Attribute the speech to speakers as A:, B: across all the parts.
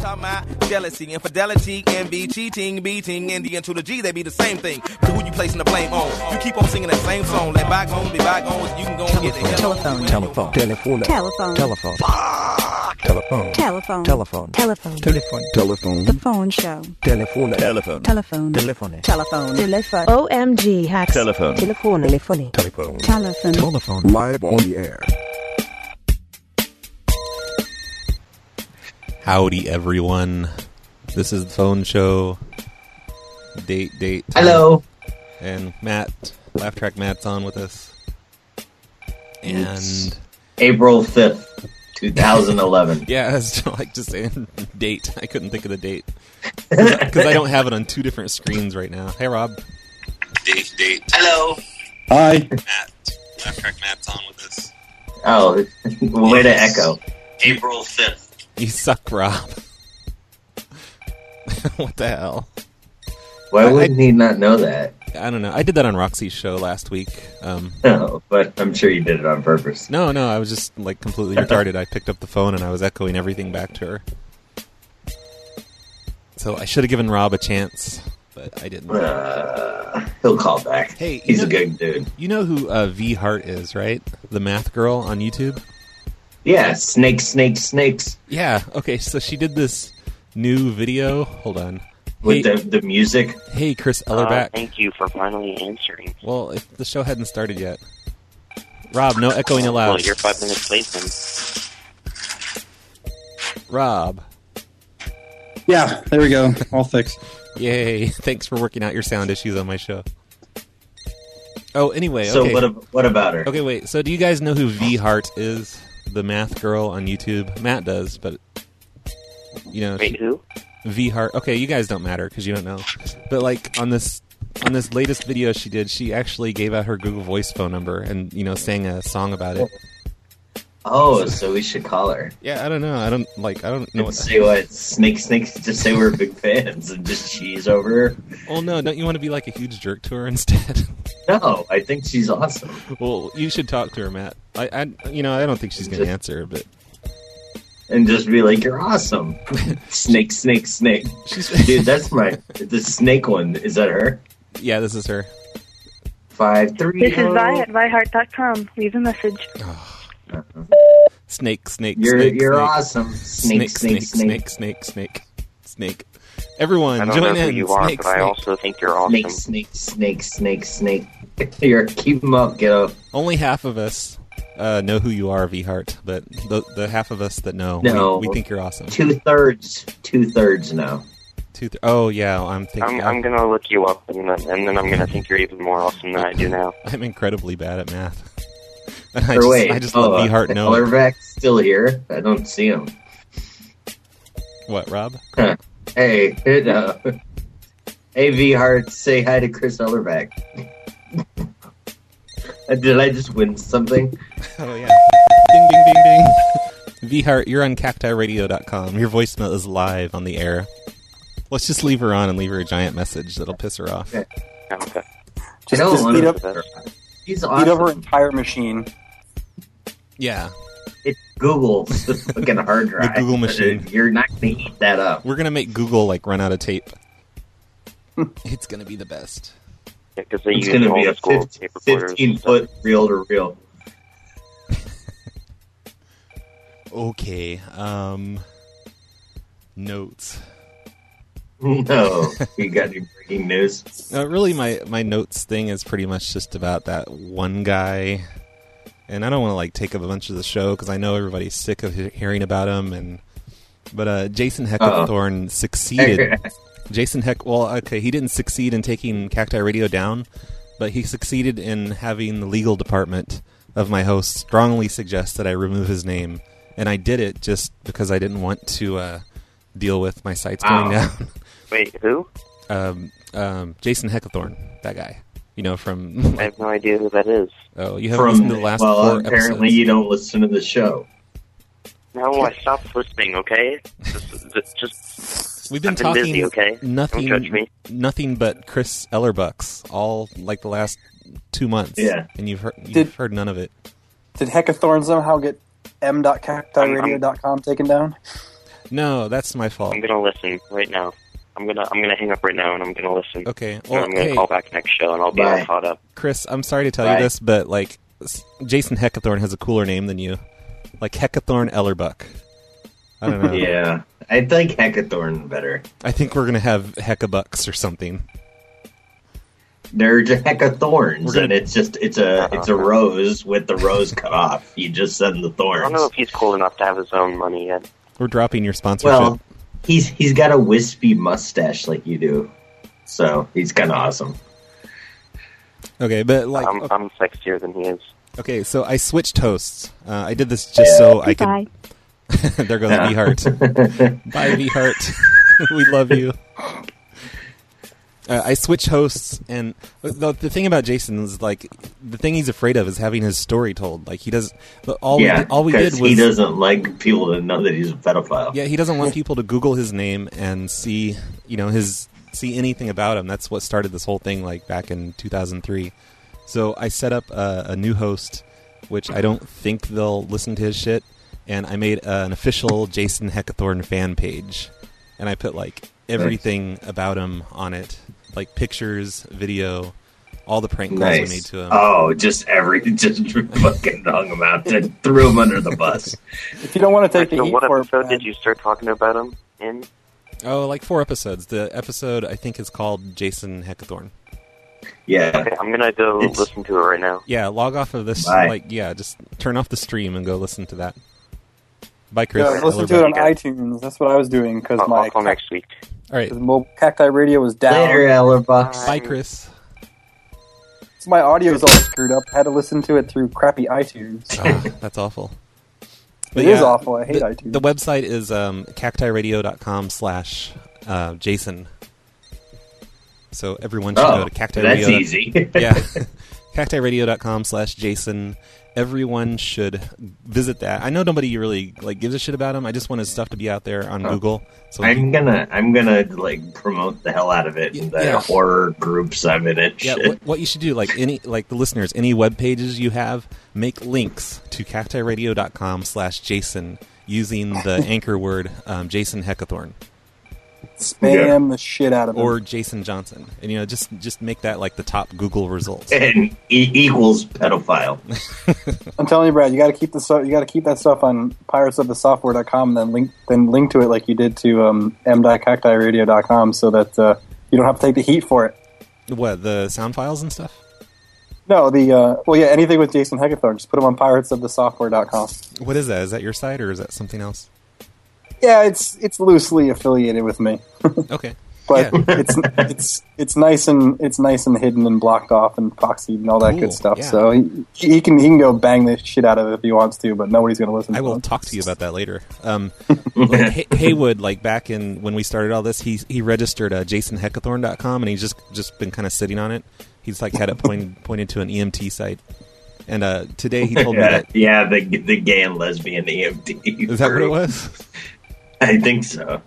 A: Talking about jealousy, infidelity, envy, cheating, beating, Indian to the G, they be the same thing. But who you placing the blame on? You keep on singing that same song. Let bygones be bygones. You can go and get the hell
B: Telephone.
C: Telephone. Telephone.
B: Telephone.
C: Telephone. Telephone. Telephone.
B: Telephone. Telephone.
C: Telephone. Telephone.
B: The phone show.
C: Telephone. Telephone.
B: Telephone.
C: Telephone.
B: Telephone. Telephone.
D: OMG hacks.
E: Telephone.
D: Telefone. Telefone.
C: Telephone.
B: Telephone.
C: Telephone.
F: Live on the air.
G: Howdy, everyone. This is the phone show. Date, date. time.
H: Hello.
G: And Matt, Laugh Track Matt's on with us. And
H: April 5th, 2011.
G: yeah, I was like just saying date. I couldn't think of the date because I don't have it on two different screens right now. Hey, Rob. Date, date.
H: Hello.
F: Hi.
G: Matt, Laugh Track Matt's on with us.
H: Oh, way to echo. April 5th.
G: You suck, Rob. what the hell?
H: Why would he not know that?
G: I don't know. I did that on Roxy's show last week. Um,
H: No, Oh, but I'm sure you did it on purpose.
G: No, no, I was just like completely retarded. I picked up the phone and I was echoing everything back to her. So I should have given Rob a chance, but I didn't.
H: Uh, he'll call back.
G: Hey, you
H: he's a
G: know-
H: good dude.
G: You know who uh, V Hart is, right? The math girl on YouTube.
H: Yeah, snakes, snakes, snakes.
G: Yeah. Okay. So she did this new video. Hold on. Hey,
H: With the, the music.
G: hey, Chris Ellerback.
I: Uh, thank you for finally answering.
G: well, if the show hadn't started yet. Rob, no echoing allowed.
I: Well, you're five minutes late then.
G: Rob,
F: Yeah, there we go. All fixed.
G: yay! Thanks for working out your sound issues on my show. Oh, anyway.
H: So
G: okay.
H: what? ab- What about her?
G: Okay, wait. So, do you guys know who V Hart is? The math girl on YouTube. Matt does, but you know
I: Wait, who?
G: V Hart. Okay, you guys don't matter because you don't know. But like on this on this latest video she did, she actually gave out her Google Voice phone number and you know sang a song about it.
H: Oh, so we should call her.
G: Yeah, I don't know. I don't like. I don't know
H: And
G: what.
H: say what? Snakes, snakes. Just say we're big fans and just cheese over her.
G: Well, no, don't you want to be like a huge jerk to her instead?
H: No, I think she's awesome.
G: well, you should talk to her, Matt. I, I, you know, I don't think she's gonna answer, but
H: and just be like, "You're awesome, snake, snake, snake." Dude, that's my the snake one. Is that her?
G: yeah, this is her.
H: Five three.
J: This is
H: oh.
J: Vi at ViHeart.com. Leave a message.
G: Snake, snake,
H: You're
G: snake,
H: you're
G: snake.
H: awesome, snake, snake, snake.
G: snake, snake, snake, snake. Everyone,
I: I don't
G: join
I: know who
G: in.
I: you are,
G: snake,
I: but
G: snake.
I: I also think you're awesome.
H: Snake, snake, snake, snake, snake. Here, keep him up, kiddo.
G: Only half of us uh, know who you are, V Hart, but the, the half of us that know,
H: No.
G: we, we think you're awesome.
H: Two thirds, two thirds now.
G: Two th- oh, yeah, I'm thinking.
I: I'm, I'm gonna look you up, and then, and then I'm gonna think you're even more awesome than I do now.
G: I'm incredibly bad at math. And
H: Or
G: I just,
H: wait,
G: I just
H: oh,
G: let V Hart know. it.
H: Ellerbeck still here. I don't see him.
G: What, Rob?
H: Hey, it, uh, hey, V Hart, say hi to Chris Ellerbeck. Uh, Did I just win something?
G: Oh, yeah. Ding, ding, ding, ding. V Hart, you're on cactiradio.com. Your voicemail is live on the air. Let's just leave her on and leave her a giant message that'll piss her off.
I: Okay.
H: I don't
F: just
H: wanna-
F: beat up,
H: He's
F: beat up her
H: awesome.
F: entire machine.
G: Yeah.
H: It's Google's the fucking hard drive.
G: Google machine.
H: You're not going to eat that up.
G: We're gonna make Google like run out of tape. it's gonna be the best.
I: Because they
H: It's
I: use
H: going to
I: old
H: be a
I: school
H: 15,
I: tape recorders. and stuff.
H: foot reel to reel.
G: Okay. Um. Notes.
H: No, you got any breaking news?
G: Uh, really, my my notes thing is pretty much just about that one guy, and I don't want to like take up a bunch of the show because I know everybody's sick of he- hearing about him. And but uh, Jason Heckathorn succeeded. Jason Heck. Well, okay, he didn't succeed in taking Cacti Radio down, but he succeeded in having the legal department of my host strongly suggest that I remove his name, and I did it just because I didn't want to uh, deal with my sites going
H: Wow.
G: down.
I: Wait, who?
G: um, um, Jason Heckathorn, that guy. You know from
I: I have no idea who that is.
G: oh you haven't listened to the last
H: well,
G: four
H: apparently
G: episodes.
H: you don't listen to the show.
I: No, I stopped listening. Okay, just, just- just-
G: We've been
I: I've been
G: talking
I: busy, okay?
G: nothing,
I: Don't judge me.
G: nothing but Chris Ellerbucks all like the last two months.
H: Yeah.
G: and you've heard you've
F: Did-
G: heard none of it.
F: Did Heckathorn somehow get m.cactiradio.com taken down?
G: No, that's my fault.
I: I'm gonna listen right now. I'm gonna I'm gonna hang up right now and I'm gonna listen.
G: Okay.
I: And
G: Well,
I: I'm gonna
G: hey,
I: call back next show and I'll be all
H: Bye.
I: caught up.
G: Chris, I'm sorry to tell
H: Bye.
G: you this, but like s- Jason Heckathorn has a cooler name than you, like Heckathorn Ellerbuck. I don't know.
H: Yeah, I like Hecathorn better.
G: I think we're gonna have Heckabucks or something.
H: They're just Hecathorns,
G: We're gonna-
H: and it's just it's
I: Uh-huh.
H: a it's a rose with the rose cut off. You just send the
I: I don't know
H: thorns.
I: if he's cool enough to have his own money yet.
G: We're dropping your sponsorship.
H: Well, he's he's got a wispy mustache like you do, so he's kind of awesome.
G: okay, but like,
I: I'm I'm sexier than he is.
G: okay, so I switched hosts. Uh, I did this just so I
J: Bye.
G: could. there goes V Heart. Bye, V Heart. we love you. Uh, I switch hosts, and uh, the, the thing about Jason is like the thing he's afraid of is having his story told. Like he does, but all we
H: yeah,
G: did, all we
H: 'cause
G: did
H: he
G: was
H: doesn't like people to know that he's a pedophile.
G: Yeah, he doesn't want people to Google his name and see, you know, his see anything about him. That's what started this whole thing, like back in 2003. So I set up a, a new host, which I don't think they'll listen to his shit. And I made uh, an official Jason Heckathorn fan page, and I put like everything about him on it, like pictures, video, all the prank calls we made
H: Nice.
G: to um, him.
H: Oh, just every just fucking hung him out and threw him under the bus.
F: If you don't want to take
I: so
F: the heat
I: what
F: for it,
I: episode
F: Brad,
I: did you start talking about him in?
G: oh, like four episodes. The episode I think is called Jason Heckathorn.
H: Yeah,
I: Okay, I'm gonna go
H: It's-
I: listen to it right now.
G: Yeah, log off of this.
H: Bye.
G: Like, yeah, just turn off the stream and go listen to that. Bye, Chris.
F: yeah, listen to
G: Ellerbach.
F: it on iTunes. That's what I was doing because
I: I'll,
F: my
I: I'll call next week.
G: All right,
F: 'cause mobile cacti radio was down.
H: later, Ellerbox.
G: bye, Chris.
F: So my audio's all screwed up. I had to listen to it through crappy iTunes.
G: Ah, that's awful.
F: It is awful. I hate
G: the,
F: iTunes.
G: The website is um, cactiradio.com slash uh, Jason. So everyone should go
H: Oh,
G: to cacti
H: that's
G: radio.
H: easy.
G: yeah. cactiradio.com slash Jason. Everyone should visit that. I know nobody really like gives a shit about him. I just want his stuff to be out there
F: Oh.
G: on Google. So
H: I'm gonna I'm gonna like promote the hell out of it in the
G: Yeah.
H: horror groups I'm in and
G: Yeah,
H: shit.
G: what, what you should do, like any, like the listeners, any web pages you have, make links to cactiradio.com slash Jason using the anchor word um, Jason Heckathorn
F: Spam the shit out of it.
G: or Jason Johnson, and you know, just just make that like the top Google results.
H: And e- equals pedophile.
F: I'm telling you, Brad, you got to keep the stuff. You got to keep that stuff on piratesofthesoftware.com, and then link then link to it like you did to um, m.cactiradio.com, so that uh, you don't have to take the heat for it.
G: What the sound files and stuff?
F: No, the uh, well, yeah, anything with Jason Heckathorn, just put him on piratesofthesoftware.com.
G: What is that? Is that your site or is that something else?
F: Yeah, it's it's loosely affiliated with me,
G: Okay,
F: but
G: Yeah.
F: it's it's it's nice and it's nice and hidden and blocked off and proxied and all that
G: Cool,
F: good stuff.
G: yeah.
F: So he, he can he can go bang the shit out of it if he wants to, but nobody's going to listen.
G: I
F: to
G: will
F: him.
G: talk to you about that later. Um, like, Hay- Haywood, like back in when we started all this, he he registered uh, JasonHeckathorn.com, and he's just just been kind of sitting on it. He's like had it pointed pointed to an EMT site, and uh, today he told me
H: Yeah,
G: that
H: yeah, the the gay and lesbian EMT.
G: is that what it
H: group.
G: was.
H: I think so.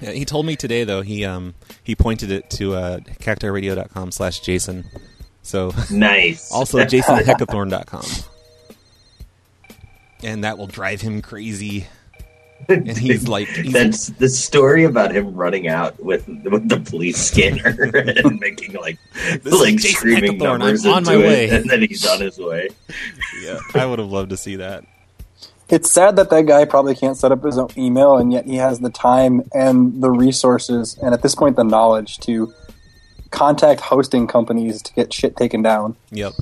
G: Yeah, he told me today though he um he pointed it to uh, cactiradio.com slash Jason. So
H: Nice.
G: also JasonHeckathorn.com, and that will drive him crazy. And he's like, he's
H: That's the story about him running out with with the police scanner and making like
G: is
H: like
G: Jason
H: screaming
G: Heckathorn. I'm
H: numbers
G: on
H: into
G: my
H: it,
G: way.
H: and then he's on his way.
G: yeah, I would have loved to see that.
F: It's sad that that guy probably can't set up his own email, and yet he has the time and the resources, and at this point, the knowledge to contact hosting companies to get shit taken down.
G: Yep.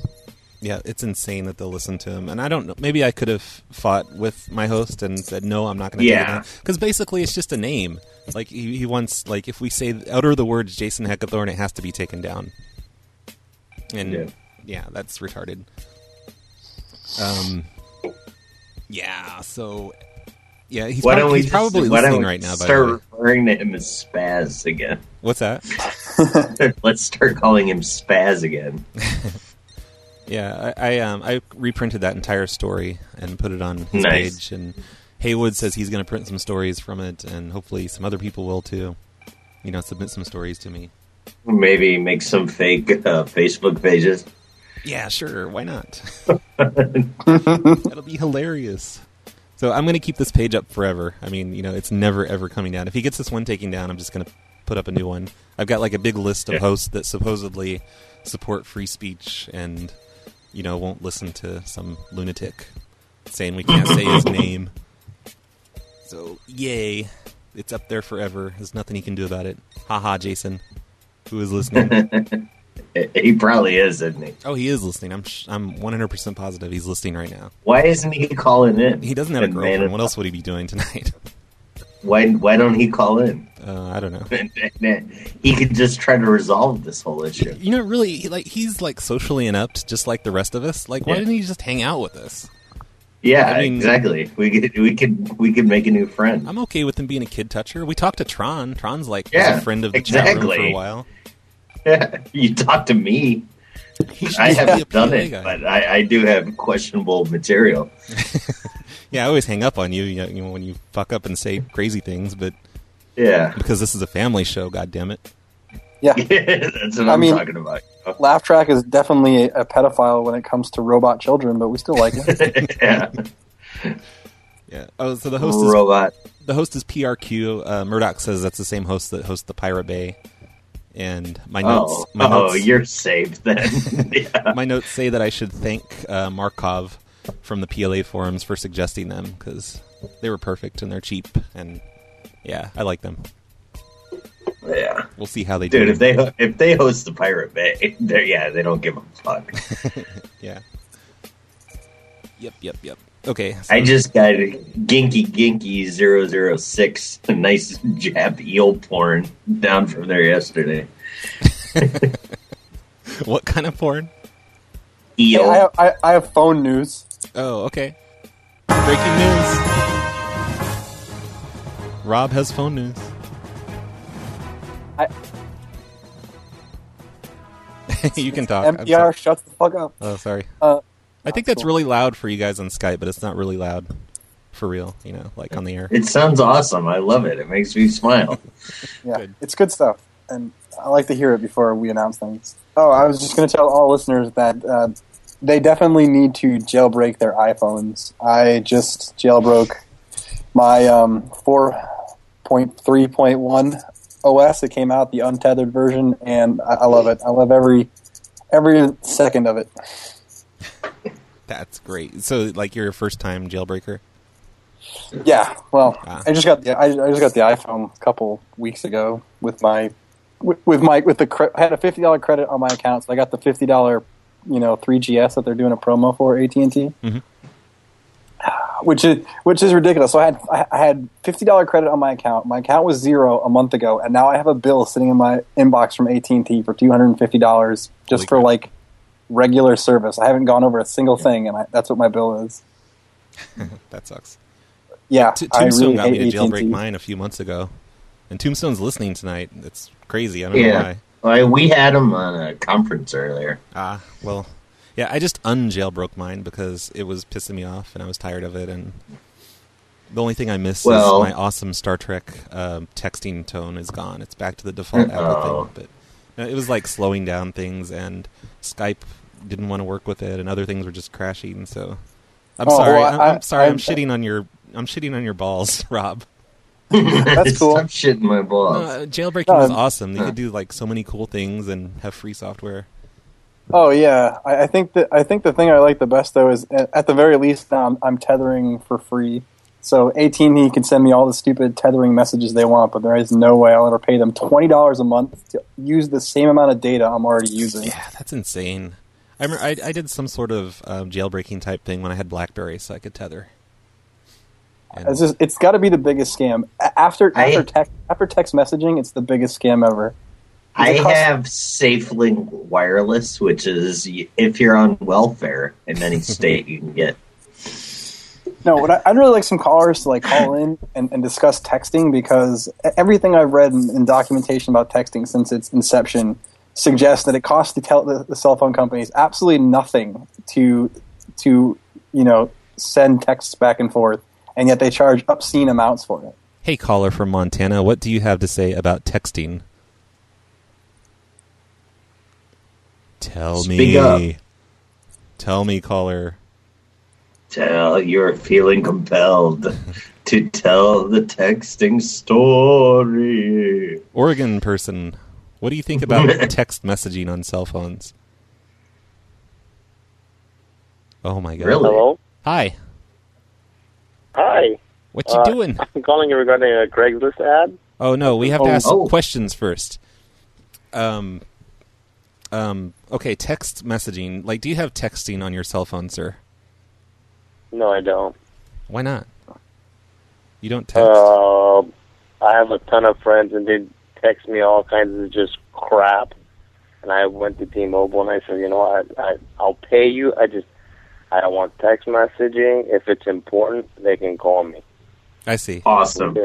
G: Yeah, it's insane that they'll listen to him. And I don't know. Maybe I could have fought with my host and said, no, I'm not going to
H: Yeah.
G: do that. Because basically, it's just a name. Like, he, he wants, like, if we say, utter the words Jason Heckathorn, it has to be taken down. And yeah,
H: Yeah.
G: that's retarded. Um, yeah, so. Yeah, he's,
H: Why
G: prob-
H: don't we
G: he's
H: just-
G: probably
H: why don't
G: listening
H: we
G: right now, by the
H: Start
G: way.
H: referring to him as Spaz again.
G: What's that?
H: Let's start calling him Spaz again.
G: Yeah, I, I um I reprinted that entire story and put it on his
H: Nice.
G: page. And Haywood says he's going to print some stories from it, and hopefully some other people will too. You know, submit some stories to me.
H: Maybe make some fake uh, Facebook pages.
G: Yeah, sure. Why not? That'll be hilarious. So I'm going to keep this page up forever. I mean, you know, it's never ever coming down. If he gets this one taking down, I'm just going to put up a new one. I've got like a big list of
H: Yeah.
G: hosts that supposedly support free speech and you know won't listen to some lunatic saying we can't say his name. So yay, it's up there forever. There's nothing he can do about it. Haha, Jason, who is listening?
H: He probably is, isn't he?
G: oh, he is listening. I'm sh- I'm 100 percent positive he's listening right now.
H: Why isn't he calling in?
G: He doesn't have a
H: And
G: girlfriend.
H: man,
G: What else would he be doing tonight?
H: Why? Why don't he call in?
G: Uh, I don't know.
H: he could just try to resolve this whole issue.
G: You know, really, he, like he's like socially inept, just like the rest of us. Like, why
H: Yeah.
G: didn't he just hang out with us?
H: Yeah,
G: I mean-
H: exactly. We could, we could, we could make a new friend.
G: I'm okay with him being a kid toucher. We talked to Tron. Tron's like was
H: Yeah,
G: a friend of the chat room for
H: exactly.
G: a while.
H: you talk to me.
G: He should
H: I
G: just be a
H: have done
G: PLA
H: it,
G: guy.
H: but I, I do have questionable material.
G: Yeah, I always hang up on you, you know, you know, when you fuck up and say crazy things, but
H: Yeah,
G: because this is a family show, god damn it.
F: Yeah,
H: that's what
F: I
H: I am
F: mean-
H: talking about.
F: Laugh Track is definitely a, a pedophile when it comes to robot children, but we still like it.
H: yeah,
G: Yeah. Oh, so the host is
H: robot.
G: the host is PRQ. Uh, Murdoch says that's the same host that hosts the Pirate Bay. And my notes,
H: Oh,
G: my
H: oh,
G: notes,
H: you're saved then. yeah.
G: my notes say that I should thank uh, Markov from the PLA forums for suggesting them because they were perfect and they're cheap and yeah, I like them.
H: yeah.
G: We'll see how they
H: Dude,
G: do.
H: if they ho- if they host the Pirate Bay, they yeah, they don't give a fuck.
G: yeah. Yep, yep, yep. Okay. so-
H: I just got Ginky Ginky 006, a nice Jap eel porn down from there yesterday.
G: what kind of porn?
H: Eel.
F: I, have, I, I have phone news.
G: Oh, okay. Breaking news. Rob has phone news.
F: I-
G: you can talk. I'm
F: NPR, shut the fuck up.
G: Oh, sorry.
F: Uh,
G: I think that's
F: cool.
G: really loud for you guys on Skype, but it's not really loud for real, you know, like on the air.
H: it sounds awesome. I love it. It makes me smile.
F: Yeah,
G: Good.
F: it's good stuff, and I like to hear it before we announce things. Oh, I was just going to tell all listeners that uh, they definitely need to jailbreak their iPhones. I just jailbroke my um, four point three point one OS. It came out the untethered version, and I, I love it. I love every every second of it.
G: That's great. So, like, you're a first time jailbreaker?
F: Yeah, well,
G: Ah.
F: I just got the I, I just got the iPhone a couple weeks ago with my with, with my with the cre- I had a fifty dollar credit on my account, so I got the fifty dollar you know three GS that they're doing a promo for AT and T,
G: Mhm.
F: which is which is ridiculous. So I had I- I had fifty dollar credit on my account. My account was zero a month ago, and now I have a bill sitting in my inbox from AT and T for two hundred and fifty dollars just
G: Holy
F: for
G: crap.
F: like regular service. I haven't gone over a single thing, and I, that's what my bill is.
G: That sucks.
F: Yeah,
G: T-
F: I
G: Tombstone
F: really
G: got me
F: hate
G: to
F: AT&T.
G: jailbreak mine a few months ago. And Tombstone's listening tonight. It's crazy. I don't know
H: yeah.
G: why.
H: Like, we had him on a conference earlier.
G: Ah, well, yeah, I just unjailbroke mine because it was pissing me off and I was tired of it. And the only thing I miss
H: Well-
G: is my awesome Star Trek um, texting tone is gone. It's back to the default Apple
H: Oh.
G: thing. But no, it was like slowing down things, and Skype didn't want to work with it, and other things were just crashing. So I'm
F: Oh,
G: sorry.
F: well,
G: I'm,
F: I-
G: I'm sorry. I'm,
F: I'm-
G: shitting on your. I'm shitting on your balls, Rob.
F: That's cool.
H: Stop shitting my balls.
G: Uh, jailbreaking
F: No,
G: was
F: I'm-
G: awesome. You could do like so many cool things and have free software.
F: Oh yeah, I, I think that I think the thing I like the best though is a- at the very least now I'm, I'm tethering for free. So AT and T can send me all the stupid tethering messages they want, but there is no way I'll ever pay them twenty dollars a month to use the same amount of data I'm already using.
G: Yeah, that's insane. I remember I, I did some sort of um, jailbreaking type thing when I had BlackBerry, so I could tether. And-
F: It's just it's got to be the biggest scam A- after
H: I-
F: after text after text messaging. It's the biggest scam ever.
H: I
F: Does it cost-
H: have SafeLink Wireless, which is y- if you're on welfare in any state, you can get.
F: No, what I, I'd really like some callers to like call in and, and discuss texting because e, everything I've read in, in documentation about texting since its inception suggests that it costs the, tel- the, the cell phone companies absolutely nothing to to you know send texts back and forth, and yet they charge obscene amounts for it.
G: hey, caller from Montana, what do you have to say about texting? Tell
H: Speak
G: me.
H: up.
G: Tell me, caller.
H: Tell you're uh, feeling compelled to tell the texting story.
G: Oregon person, what do you think about text messaging on cell phones? Oh my god!
H: Really?
B: Hello.
G: Hi,
B: Hi.
G: what you
B: Uh,
G: doing?
B: I'm calling you regarding a Craigslist ad.
G: Oh no, we have
H: Oh,
G: to ask
H: oh.
G: questions first. Um, um. Okay, text messaging. Like, do you have texting on your cell phone, sir?
B: No, I don't.
G: Why not? You don't text.
B: Uh, I have a ton of friends, and they text me all kinds of just crap. And I went to T-Mobile, and I said, you know what? I, I, I'll pay you. I just I don't want text messaging. If it's important, they can call me.
G: I see.
H: Awesome,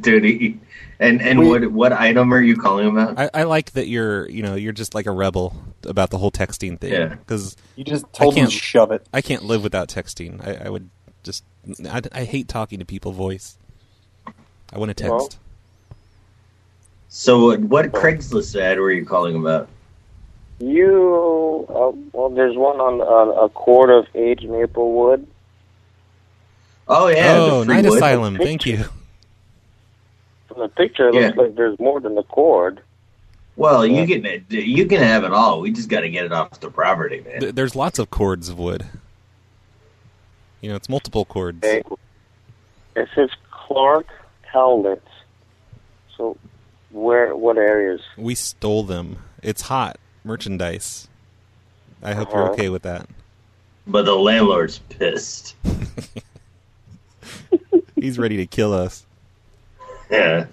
H: duty. And and what what item are you calling about?
G: I, I like that you're you know you're just like a rebel about the whole texting thing
H: Yeah.
G: because
F: You just told him
G: can't-
F: shove it.
G: I can't live without texting. I, I would just I, I hate talking to people voice. I want to text.
B: Well-
H: So what Craigslist ad were you calling about?
B: You uh, well, there's one on uh, a quart of aged maple wood.
H: Oh yeah,
G: oh,
H: the free
G: night
H: wood.
G: asylum. Thank you.
B: From the picture, it looks
H: Yeah.
B: like there's more than a cord.
H: Well, you can you can have it all. We just got to get it off the property, man.
G: Th- There's lots of cords of wood. You know, it's multiple cords.
B: Okay. It says Clark Howlett. So, where? What areas?
G: We stole them. It's hot merchandise. I hope you're
B: Uh-huh.
G: okay with that.
H: But the landlord's pissed.
G: He's ready to kill us.
H: Yeah.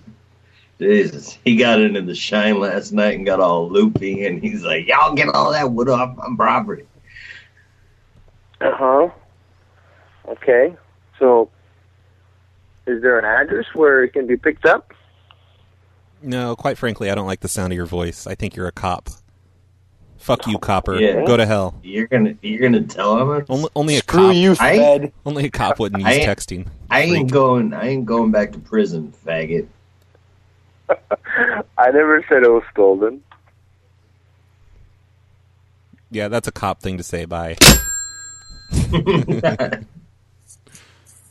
H: Jesus. He got into the shine last night and got all loopy, and he's like, y'all get all that wood off my property.
B: Uh huh. Okay. So, is there an address where it can be picked up?
G: No, quite frankly, I don't like the sound of your voice. I think you're a cop. Fuck you, copper.
H: Yeah.
G: Go to hell.
H: You're gonna you're gonna tell him?
G: Only, only a
F: Screw
G: cop.
F: you,
H: I-
F: Fed.
G: Only a cop wouldn't
H: I-
G: use texting.
H: I ain't
G: Freak.
H: going. I ain't going back to prison, faggot.
B: I never said it was stolen.
G: Yeah, that's a cop thing to say. Bye.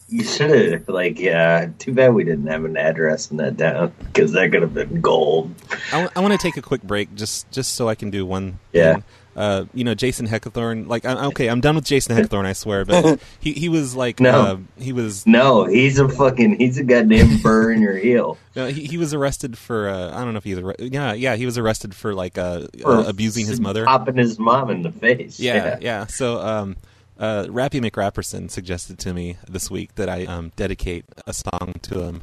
H: You should have like. Uh, too bad we didn't have an address in that down because that could have been gold.
G: I want to take a quick break just just so I can do one.
H: Yeah.
G: Thing. Uh, you know, Jason Heckathorn. Like, I, okay, I'm done with Jason Heckathorn. I swear, but he he was like,
H: No.
G: uh, he was
H: No, he's a fucking. He's a goddamn burr in your heel.
G: no, he, he was arrested for uh, I don't know if he's arre- yeah yeah he was arrested for like uh,
H: For
G: uh, abusing his mother.
H: popping his mom in the face.
G: yeah, yeah, So, um, uh, Rappy McRapperson suggested to me this week that I um, dedicate a song to him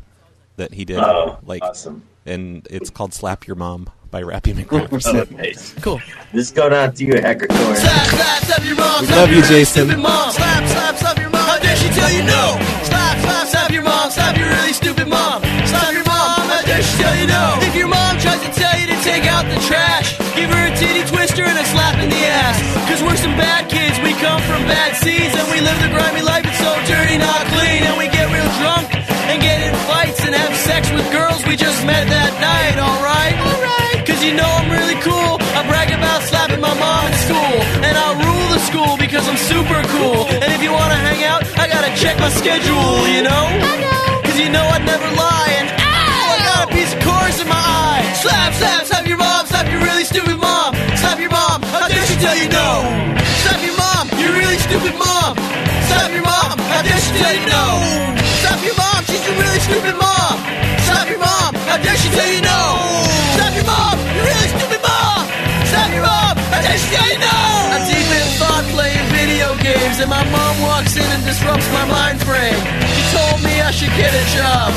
G: that he did.
H: Oh,
G: like,
H: awesome.
G: and it's called "Slap Your Mom" by Rappy
H: Oh,
G: McRapperson.
H: nice.
G: cool.
H: This is going out to you, Hacker Corn.
G: We love you, Jason.
E: Slap, slap, slap your mom. How dare she tell you no? Slap, slap, slap your mom. Slap your really stupid mom. Slap your mom. How dare she tell you no? If your mom tries to tell you to take out the trash, give her a titty twister and a slap in the ass. Cause we're some bad kids. We come from bad seeds and we live the grimy life. It's so dirty, not clean. And we get real drunk and get in fights and have sex with girls we just met that night, alright? Alright. Cause you know I'm really cool. I brag about slapping my mom at school. And I rule the school because I'm super cool. And if you wanna hang out, I gotta check my schedule, you know? I know. Cause you know I'd never lie. And ow, I got a piece of chorus in my eye. Slap, slap, slap your mom, slap your really stupid mom. Slap your mom, how dare she tell you no? Slap your mom, you really stupid mom. Slap your mom, how dare she tell you no? Slap your mom, she's a really stupid mom. Slap your mom, how dare she tell you no? Slap your mom, you really stupid mom. Slap your mom, how dare she tell you no? I'm deep in thought playing video games, and my mom walks in and disrupts my mind frame. She told me I should get a job.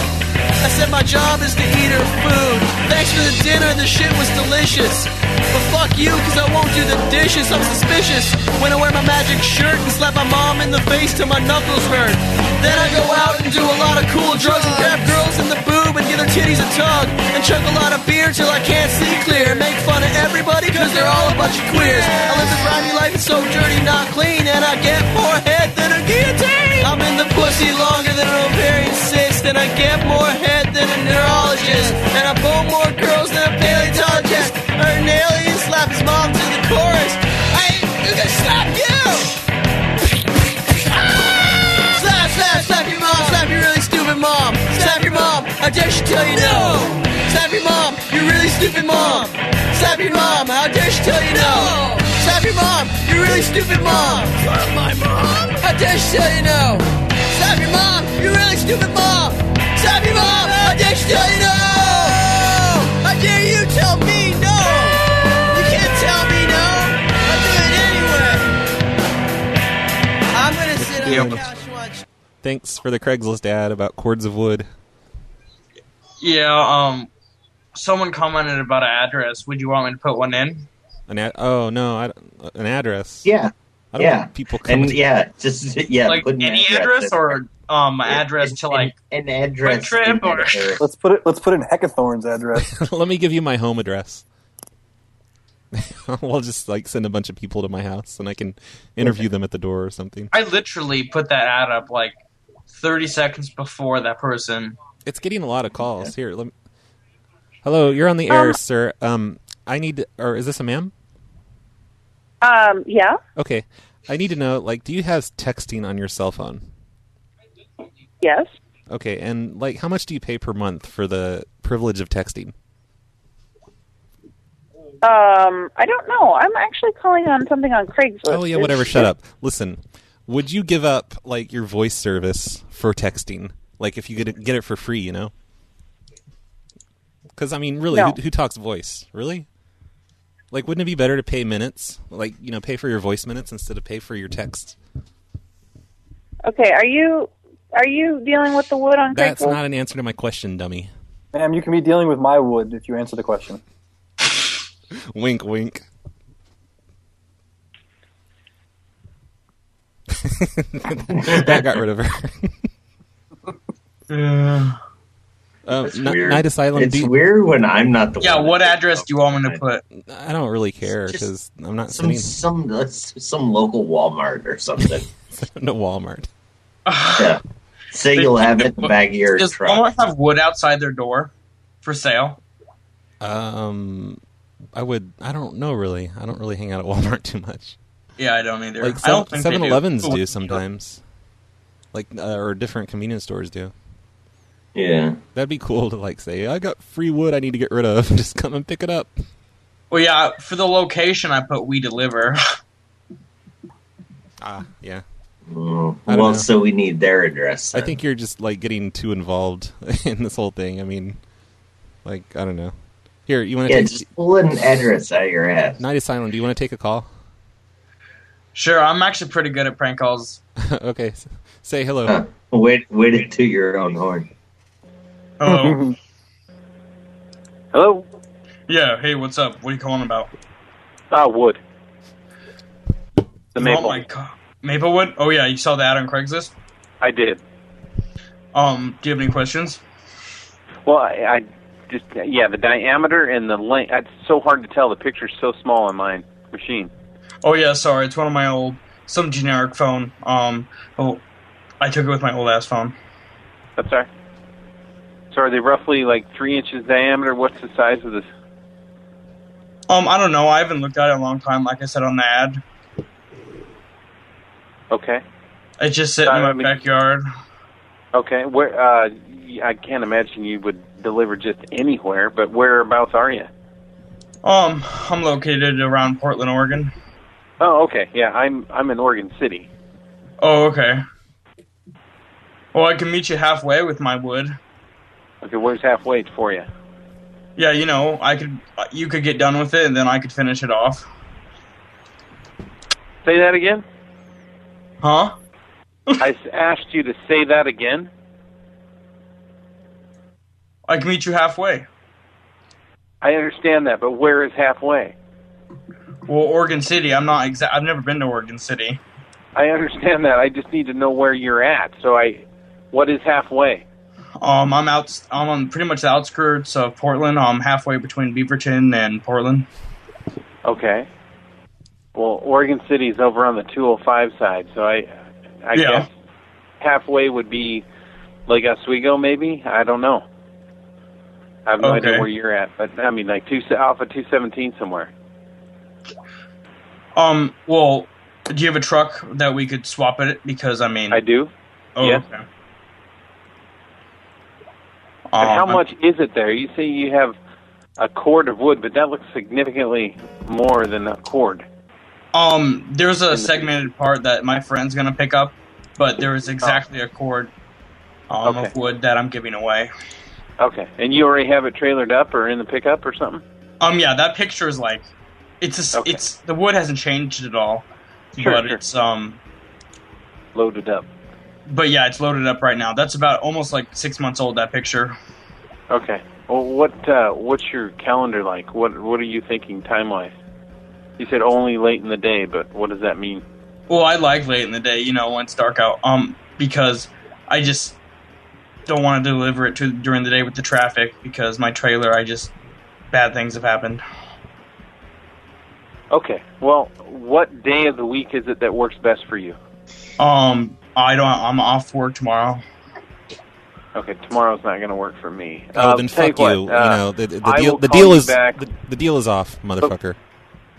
E: I said my job is to eat her food. Thanks for the dinner, the shit was delicious. But fuck you, cause I won't do the dishes, I'm suspicious. When I wear my magic shirt and slap my mom in the face till my knuckles hurt. Then I go out and do a lot of cool drugs and grab girls in the boob and give their titties a tug. And chug a lot of beer till I can't see clear. And make fun of everybody cause they're all a bunch of queers. I live the grimy life, it's so dirty, not clean. And I get more head than a guillotine. I'm in the pussy longer than an ovarian cyst, and I get more head than a neurologist, and I pull more girls than a paleontologist. Or an alien slap his mom to the chorus. I ain't gonna slap you. Ah! How dare she tell you no? Slap your mom, you really stupid mom. Slap your mom, how dare she tell you no? Slap your mom, you really stupid mom. Slap my mom. How dare she tell you no? Slap your mom, you really stupid mom. Slap your mom, how dare she tell you no? How dare you tell me no? You can't tell me no. I'll do it anyway. I'm gonna sit on the
G: Yep.
E: couch and watch
G: Thanks for the Craigslist ad about cords of wood.
K: Yeah, um, someone commented about an address. Would you want me to put one in?
G: An ad- oh no, I don't- an address.
K: Yeah.
G: I don't
K: Yeah.
G: want people
K: And,
G: coming.
K: yeah,
H: just yeah,
K: like
H: put an
K: any
H: address
K: address,
H: in
K: or um, address to like
H: an address
K: Quick trip
H: in
K: or
H: there.
F: Let's put it. Let's put in Heckathorn's address.
G: Let me give you my home address. I'll just like send a bunch of people to my house, and I can interview them at the door or something.
K: I literally put that ad up like 30 seconds before that person.
G: It's getting a lot of calls here. Let me... Hello, you're on the air,
J: Um,
G: sir. Um, I need, or is this a ma'am? Ah.
J: Um, yeah,
G: Okay, I need to know. Like, do you have texting on your cell phone?
J: yes.
G: Okay, and like, how much do you pay per month for the privilege of texting?
J: Um, I don't know. I'm actually calling on something on Craigslist.
G: Oh yeah,
J: Is-
G: whatever. Shut
J: is-
G: up. Listen, would you give up like your voice service for texting? Like if you could get it for free, you know? Because I mean, really,
J: No.
G: who, who talks voice? Really? Like, wouldn't it be better to pay minutes? Like, you know, pay for your voice minutes instead of pay for your text.
J: Okay, are you are you dealing with the wood on
G: That's
J: Craigslist?
G: not an answer to my question, dummy.
F: Ma'am, you can be dealing with my wood if you answer the question.
G: Wink, wink. that got rid of her.
K: Yeah.
G: Um,
K: That's
G: Ni-
K: weird.
G: Night Asylum.
K: It's
G: do-
K: weird when I'm
H: not
K: Yeah, what address do you want me to put?
G: I don't really care because I'm not
H: Some
G: sitting
H: some uh, some local Walmart or something.
G: in a Walmart.
H: yeah. Say you'll have it in the back of your
K: Does
H: truck.
K: Walmart have wood outside their door for sale?
G: Um, I would. I don't know really. I don't really hang out at Walmart too much.
K: Yeah, I don't either.
G: Like
K: I don't think they do.
G: 7-Elevens
K: But
G: do. sometimes, like uh, or different convenience stores do.
H: Yeah.
G: that'd be cool to like say I got free wood. I need to get rid of. Just come and pick it up.
K: Well, yeah, for the location, I put we deliver.
G: ah, yeah.
H: Mm,
G: I don't
H: well,
G: know.
H: so we need their address.
G: I think you're just like getting too involved in this whole thing. I mean, like I don't know. Here, you want to
H: Yeah,
G: take
H: just pull an address out of your ass.
G: Night Asylum. Do you want to take a call?
K: Sure, I'm actually pretty good at prank calls.
G: okay, s- say hello.
H: Huh. Wait, wait to toot your own horn.
K: Hello.
L: Hello?
K: Yeah, hey, what's up? What are you calling about?
L: Ah, wood. The
K: Oh
L: maple.
K: my god. Maplewood? Oh yeah, you saw that on Craigslist?
L: I did.
K: Um, do you have any questions?
L: Well, I, I just yeah, the diameter and the length. It's so hard to tell. The picture's so small on my machine.
K: Oh yeah, sorry, it's one of my old some generic phone. Um oh I took it with my old ass phone.
L: That's all right. So are they roughly like three inches diameter? What's the size of this?
K: Um, I don't know, I haven't looked at it in a long time, like I said on the ad.
L: Okay.
K: It's just sitting in my backyard.
L: Okay. Where? Uh, y- I can't imagine you would deliver just anywhere. But whereabouts are you?
K: Um, I'm located around Portland, Oregon.
L: Oh, okay. Yeah, I'm I'm in Oregon City.
K: Oh, okay. Well, I can meet you halfway with my wood.
L: Okay, where's halfway for you?
K: Yeah, you know, I could you could get done with it and then I could finish it off.
L: Say that again.
K: Huh?
L: I s- asked you to say that again.
K: I can meet you halfway.
L: I understand that, but where is halfway?
K: Well, Oregon City. I'm not exact. I've never been to Oregon City.
L: I understand that. I just need to know where you're at. So I, what is halfway?
K: Um, I'm out. I'm on pretty much the outskirts of Portland. I'm halfway between Beaverton and Portland.
L: Okay. Well, Oregon City is over on the 205 side, so I, I
K: Yeah.
L: guess halfway would be Lake Oswego, maybe. I don't know. I have no
K: Okay.
L: idea where you're at, but I mean, like two off of 217 somewhere.
K: Um, well, do you have a truck that we could swap Oh, it? Because I mean, I
L: do.
K: Oh,
L: Yes.
K: okay.
L: And how
K: Um,
L: much is it there? You say you have a cord of wood, but that looks significantly more than a cord.
K: Um, there's a segmented part that my friend's gonna pick up, but there
L: Oh.
K: is exactly a cord um, of wood that I'm giving away.
L: Okay. And you already have it trailered up or in the pickup or something?
K: Um, yeah, that picture is like, it's a s it's the wood hasn't changed at all,
L: Sure,
K: but
L: sure.
K: it's um
L: loaded up.
K: But yeah, it's loaded up right now. That's about almost like six months old. That picture.
L: Okay. Well, what uh, what's your calendar like? What what are you thinking time wise? You said only late in the day, but what does that mean?
K: Well, I like late in the day, you know, when it's dark out, um, because I just don't want to deliver it to during the day with the traffic because my trailer, I just bad things have happened.
L: Okay. Well, what day of the week is it that works best for you?
K: Um, I don't. I'm off work tomorrow.
L: Okay, tomorrow's not going to work for me.
G: Oh,
L: Uh,
G: then
L: tell
G: fuck you.
L: what,
G: you
L: uh,
G: know the, the, the
L: I
G: deal.
L: will
G: The
L: call
G: deal
L: you
G: is
L: back.
G: the, the deal is off, motherfucker.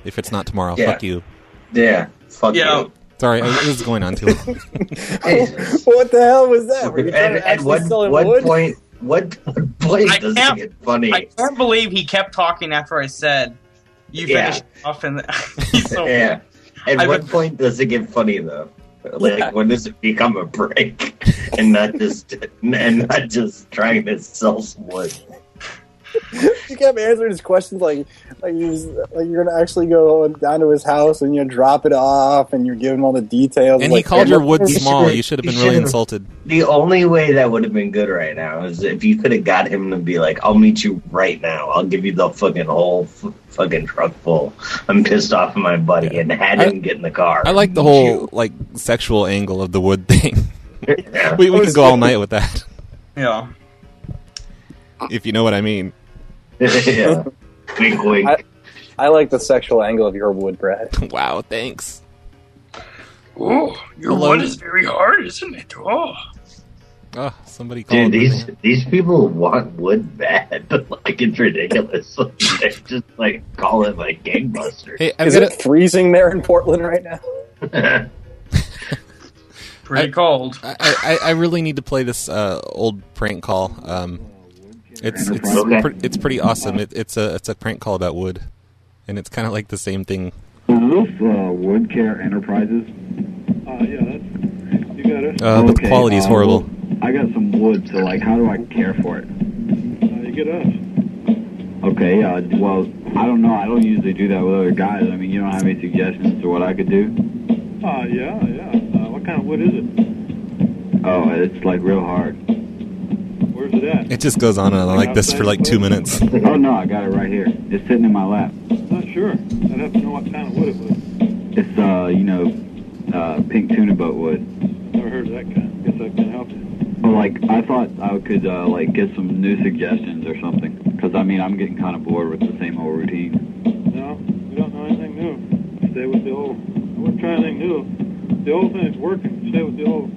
G: If it's not tomorrow,
H: Yeah.
G: fuck you.
H: Yeah, fuck
K: yeah.
G: Sorry, I- this is going on too long.
M: what the hell was that? Were you
H: And
M: trying to
H: at
M: actually
H: what,
M: sell him
H: what
M: wood?
H: point? What, what point
K: I
H: does it
K: can't-
H: get funny?
K: I can't believe he kept talking after I said you
H: Yeah.
K: finished off, and he's so
H: yeah. At
K: I've
H: what point does it get funny though? Like
K: Yeah.
H: when does it become a break and not just and not just trying to sell some wood?
M: you kept answering his questions like like he was like you're gonna actually go down to his house and you drop it off and you're giving all the details.
G: And
M: like,
G: he called your wood
M: You should-
G: small. You should have been
H: you
G: really
H: should've-
G: insulted.
H: The only way that would have been good right now is if you could have got him to be like, "I'll meet you right now. I'll give you the fucking whole f- fucking truck full. I'm pissed off at my buddy," and had him get in the car.
G: I like the whole like sexual angle of the wood thing.
H: Yeah.
G: we we could go all night with that
K: yeah.
G: if you know what I mean.
H: yeah. Wink, wink.
F: I, I like the sexual angle of your wood, Brad.
G: wow, thanks.
N: Oh, your
G: Hello.
N: wood is very hard, isn't it? Oh.
G: Oh, somebody
H: Dude,
G: called.
H: these these people want wood bad. like it's ridiculous. they just like call it like gangbusters.
G: Hey,
F: Is it freezing there in Portland right now?
K: pretty cold.
G: I, I, I really need to play this uh, old prank call. Um, it's it's
H: Okay.
G: pre- it's pretty awesome. It, it's a it's a prank call about wood, and it's kind of like the same thing.
O: uh, Wood Care Enterprises? Uh, yeah, that's, you got it.
G: Uh, but the quality is horrible.
O: I got some wood, so like, how do I care for it?
P: Uh, you get up.
O: Okay, uh, well, I don't know. I don't usually do that with other guys. I mean, you don't have any suggestions to what I could do?
P: Uh, yeah, yeah. Uh, what kind of wood is it?
O: Oh, it's like real hard.
P: Where's it at?
G: It just goes on and on like this for like two minutes.
O: oh no, I got it right here. It's sitting in my lap.
P: Not sure. I'd have to know what kind of wood it was.
O: It's uh, you know, uh, pink tuna boat wood.
P: Never heard of that kind. Guess I can help you.
O: But, like, I thought I could uh, like get some new suggestions or something. Because I mean, I'm getting kind of bored with the same old routine.
P: No, we don't know anything new. Stay with the old. I wouldn't try anything new. The old thing's working. Stay with the old.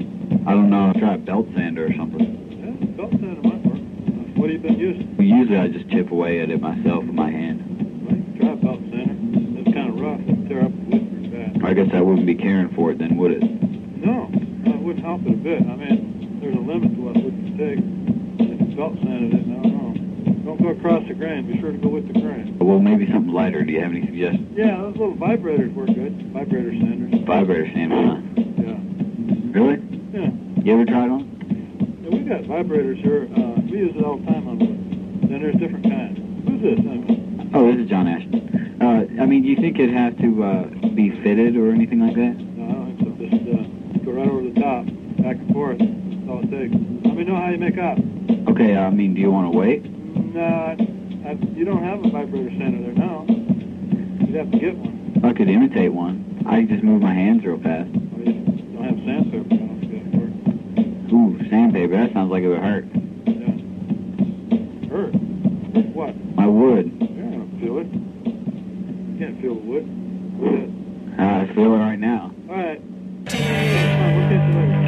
O: I don't know. Try a belt sander or something.
P: Yeah, belt sander might work. What have you been using?
O: Usually I just chip away at it myself with my hand.
P: Try belt sander. It's kind of rough. It'll tear up the wood pretty bad.
O: I guess I wouldn't be caring for it then, would it?
P: No, no, it wouldn't help it a bit. I mean, there's a limit to what it would take. If you belt sanded it, no, no. Don't go across the grain. Be sure to go with the grain.
O: Well, maybe something lighter. Do you have any suggestions?
P: Yeah, those little vibrators work good. Vibrator sanders.
O: Vibrator sander, huh?
P: Yeah.
O: Really?
P: Yeah.
O: You ever tried one?
P: yeah we've got vibrators here. Uh, we use it all the time on wood. Then there's different kinds. Who's this? I'm,
O: Oh, this is John Ashton. Uh, I mean, do you think it'd have to uh, be fitted or anything like that?
P: no, I don't think so. Just uh, go right over the top, back and forth. That's all it takes. Let me know how you make out.
O: Okay, I mean, do you want to wait?
P: No, I, I, you don't have a vibrator sander there now. You'd have to get one.
O: I could imitate one. I could just move my hands real fast.
P: Don't have sandpaper. I don't think that'd work.
O: Ooh, sandpaper. That sounds like it would hurt.
P: Hurt. Hurt what?
O: My wood.
P: You don't feel it. You can't feel the wood. Look at it.
O: Uh, I feel it right now.
P: All right. Next time, we'll catch you later.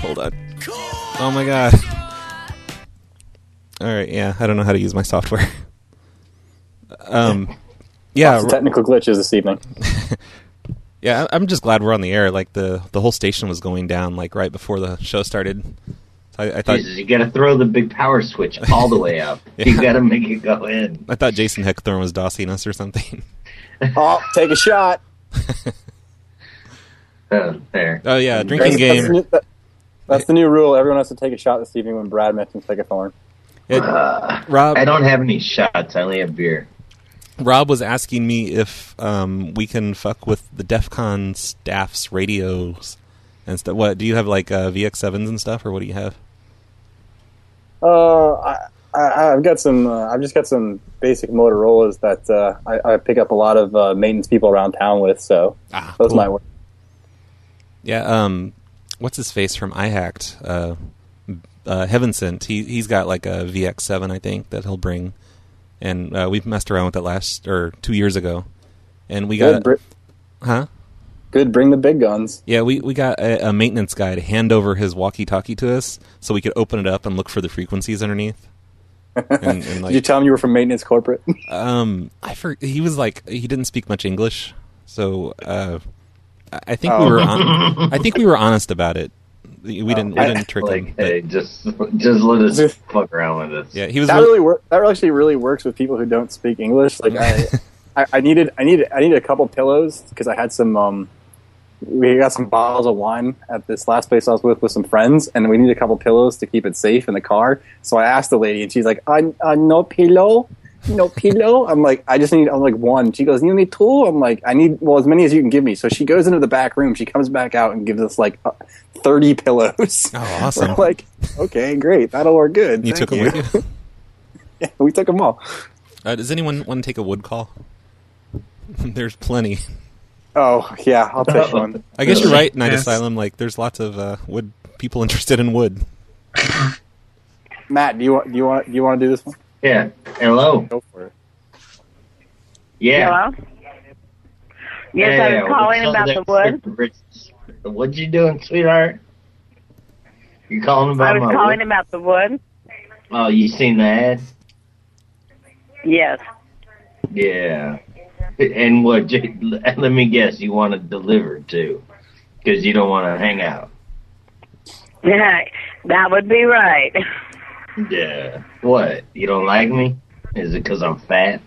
G: Hold on. Oh my god. All right, yeah, I don't know how to use my software. Um, yeah,
F: Lots of technical glitches this evening.
G: Yeah, I- I'm just glad we're on the air. Like the the whole station was going down like right before the show started. So I, I thought
H: Jesus, you gotta throw the big power switch all the way up. You
G: Yeah.
H: gotta make it go in.
G: I thought Jason Heckthorn was dossing us or something.
M: Oh, take a shot.
H: Oh, there.
G: Oh yeah,
F: That's-
G: drinking
F: That's, the
G: game.
F: new- that- that's the new rule. Everyone has to take a shot this evening when Brad mentions take a thorn.
H: Uh,
G: Rob,
H: I don't have any shots. I only have beer.
G: Rob was asking me if um, we can fuck with the DEF CON staff's radios and stuff. What do you have like uh, VX7s and stuff, or what do you have?
F: Uh, I, I, I've got some. Uh, I've just got some basic Motorola's that uh, I, I pick up a lot of uh, maintenance people around town with. So those
G: Ah, cool.
F: might work.
G: Yeah, um, what's his face from iHacked? Uh, uh, Heaven Sent. He he's got like a VX7, I think, that he'll bring. And uh, we've messed around with it last or two years ago, and we got
F: Good, br-
G: huh?
F: good. Bring the big guns.
G: Yeah, we, we got a, a maintenance guy to hand over his walkie-talkie to us, so we could open it up and look for the frequencies underneath. And, and
F: Did you tell them you were from maintenance corporate?
G: um, I for, he was like he didn't speak much English, so uh, I- I think
H: Oh.
G: we were on, I think we were honest about it. We we didn't we didn't trick
H: like,
G: him.
H: Hey, just just let us fuck around with this.
G: Yeah, he was
F: that really wor- that actually really works with people who don't speak English. Like I, I, I needed I needed I needed a couple pillows because I had some um, we got some bottles of wine at this last place I was with with some friends, and we needed a couple pillows to keep it safe in the car. So I asked the lady, and she's like, "I uh, no pillow." No pillow. I'm like, I just need. I'm like one. She goes, you need two. I'm like, I need well as many as you can give me. So she goes into the back room. She comes back out and gives us like uh, thirty pillows.
G: Oh, awesome.
F: We're like, okay, great. That'll work good.
G: You
F: Thank
G: took him with you.
F: yeah, we took them all.
G: Uh, does anyone want to take a wood call? there's plenty.
F: Oh yeah, I'll take one.
G: I guess you're right, Night
F: Yes.
G: Asylum. Like, there's lots of uh, wood people interested in wood.
F: Matt, do you want do you want do you want to do this one?
H: Yeah. Hello.
F: Go for it.
H: Yeah.
J: Hello? Yes, I was calling about the wood.
H: wood. What you doing, sweetheart? You calling
J: I
H: about
J: was
H: my
J: calling
H: wood?
J: about the wood.
H: Oh, you seen the ad?
J: Yes.
H: Yeah. And what? j- Let me guess. You want to deliver too, because you don't want to hang out.
J: that would be right.
H: Yeah. What? You don't like me? Is it because I'm fat?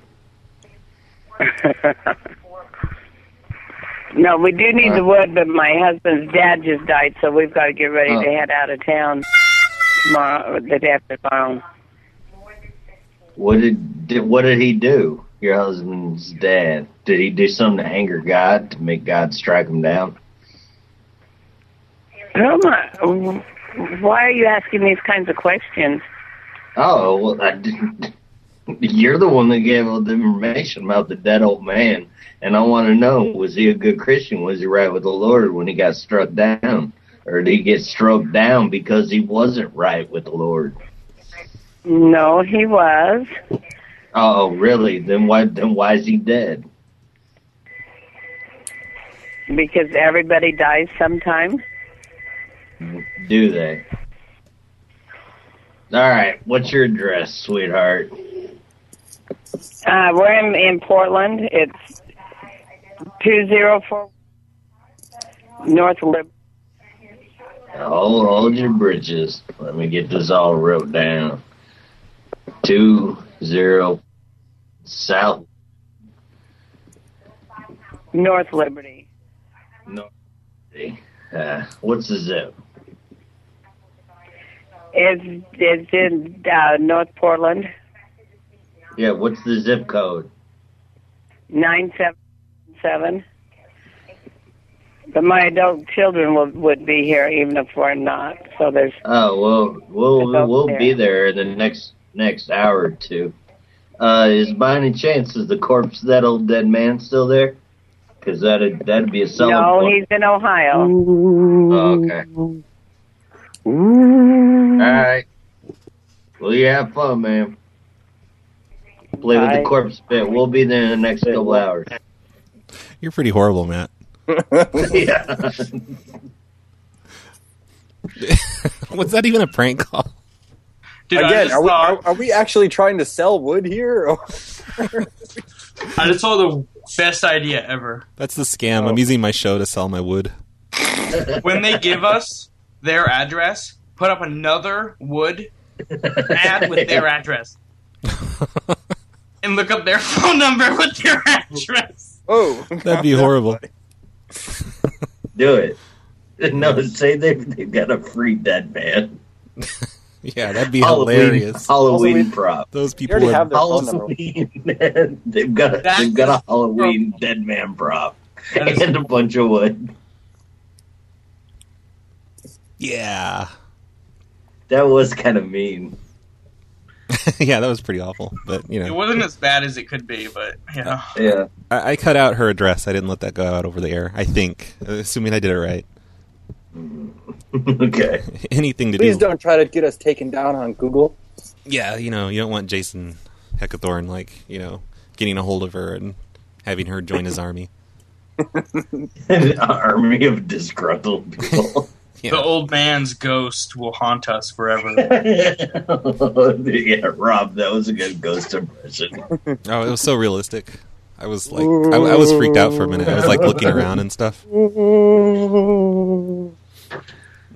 J: No, we do need the wood, but my husband's dad just died, so we've got to get ready
H: Oh.
J: to head out of town tomorrow, or the day after tomorrow.
H: What did, did what did he do? Your husband's dad. Did he do something to anger God to make God strike him down?
J: Oh my! Why are you asking these kinds of questions?
H: Oh, well, I didn't. You're the one that gave all the information about the dead old man, and I want to know: was he a good Christian? Was he right with the Lord when he got struck down, or did he get struck down because he wasn't right with the Lord?
J: No, he was.
H: Oh, really? Then why? Then why is he dead?
J: Because everybody dies sometime.
H: Do they? All right. What's your address, sweetheart?
J: Uh, we're in, in Portland. It's 204 North Lib.
H: Hold, hold your britches. Let me get this all wrote down. Two zero South
J: North Liberty.
H: North. Uh, what's the zip?
J: It's, it's in uh, North Portland,
H: Yeah, what's the zip code?
J: 977. But my adult children will, would be here even if we're not. So there's.
H: Oh well, we'll we'll be there in the next next hour or two. Uh, is by any chance is the corpse of that old dead man still there? Because that'd that'd be a selling
J: no,
H: point.
J: he's in Ohio.
H: Oh, okay. All right. Well, you have fun, man. Play with
G: Bye.
H: the corpse bit. We'll be there in the next couple hours.
G: You're pretty horrible, Matt.
H: yeah.
G: Was that even a prank call?
K: Dude, I
F: Again,
K: just
F: are we are, are we actually trying to sell wood here?
K: I just saw the Best idea ever.
G: That's the scam.
H: Oh.
G: I'm using my show to sell my wood.
K: when they give us their address, put up another wood ad with their address. and look up their phone number with their address.
M: Oh.
G: That'd be horrible.
H: Do it. No, say they they've got a free dead man.
G: Yeah, that'd be
H: Halloween-
G: hilarious.
H: Halloween Also, we- prop.
G: Those
H: You
G: people would
H: Halloween man. They've got a, they've got a Halloween dead man prop and a bunch of wood.
G: Yeah.
H: That was kind of mean.
G: yeah, that was pretty awful. But you
K: It
G: know,
K: wasn't as bad as it could be, but you know.
H: Yeah.
G: I, I cut out her address. I didn't let that go out over the air. I think, assuming I did it right. Mm-hmm.
H: okay.
G: Anything to
M: Please
G: do.
M: don't try to get us taken down on Google.
G: Yeah, you know, you don't want Jason Heckathorn like you know getting a hold of her and having her join his army. Oh,
H: An army of disgruntled people.
K: The old man's ghost will haunt us forever.
H: yeah, Rob, that was a good ghost impression.
G: Oh, it was so realistic. I was like, I, I was freaked out for a minute. I was like looking around and stuff.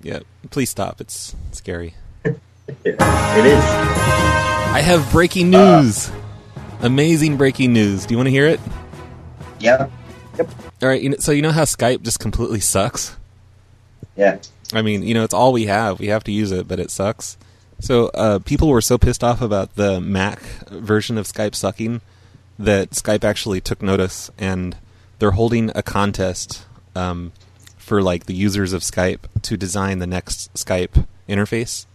G: Yeah, please stop. It's scary.
H: It is.
G: I have breaking news. Amazing breaking news. Do you want to hear it?
H: Yep.
G: Yep. All right. You know, so you know how Skype just completely sucks.
H: Yeah.
G: I mean, you know, it's all we have. We have to use it, but it sucks. So uh, people were so pissed off about the Mac version of Skype sucking that Skype actually took notice, and they're holding a contest um, for like the users of Skype to design the next Skype interface.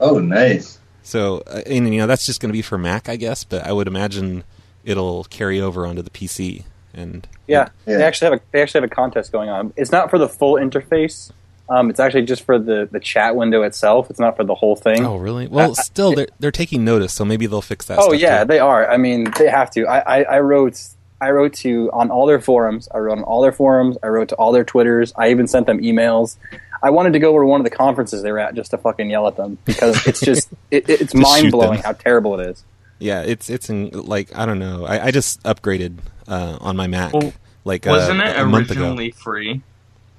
H: Oh, nice.
G: So, uh, and you know, that's just going to be for Mac, I guess. But I would imagine it'll carry over onto the PC. And
F: Yeah, they actually have a they actually have a contest going on. It's not for the full interface. Um, it's actually just for the, the chat window itself. It's not for the whole thing.
G: oh, really? Well,
F: I- I-
G: still, they're they're taking notice, so maybe they'll fix that.
F: oh
G: stuff
F: yeah,
G: too.
F: they are. I mean, they have to. I, I, I wrote I wrote to on all their forums. I wrote on all their forums. I wrote to all their twitters. I even sent them emails. I wanted to go over to one of the conferences they were at just to fucking yell at them because it's just it, it-
G: Just
F: it's
G: shoot
F: mind blowing
G: them.
F: how terrible it is.
G: Yeah, it's it's in, like I don't know. I, I just upgraded uh, on my Mac like uh,
K: Wasn't it
G: a month ago.
K: originally free?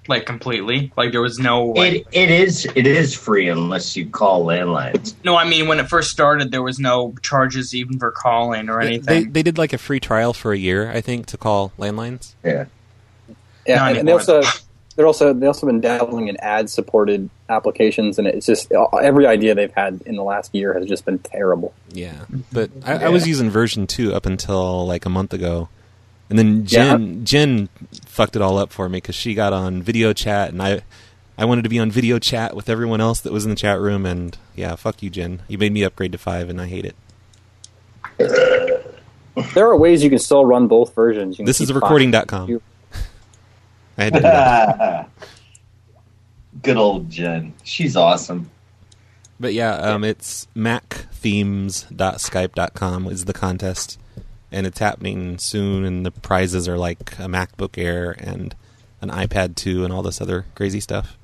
K: Like completely? Like there was no like,
H: It it is it is free unless you call landlines.
K: No, I mean when it first started there was no charges even for calling or anything.
G: They they did like a free trial for a year, I think, to call landlines.
H: Yeah.
F: Yeah,
G: Not
F: and, and they
G: anymore.
F: also they're also they also been dabbling in ad supported applications, and it's just every idea they've had in the last year has just been terrible.
G: Yeah, but I, I was using version two up until like a month ago, and then Jen Jen fucked it all up for me because she got on video chat, and I I wanted to be on video chat with everyone else that was in the chat room, and yeah, fuck you, Jen. You made me upgrade to five, and I hate it.
F: There are ways you can still run both versions. You can
G: This is
F: keep
G: recording.com.
F: five.
G: I had to do that.
H: Good old Jen. She's awesome.
G: But yeah, um, it's macthemes.skype.com is the contest, and it's happening soon. And the prizes are like a MacBook Air and an iPad 2 and all this other crazy stuff.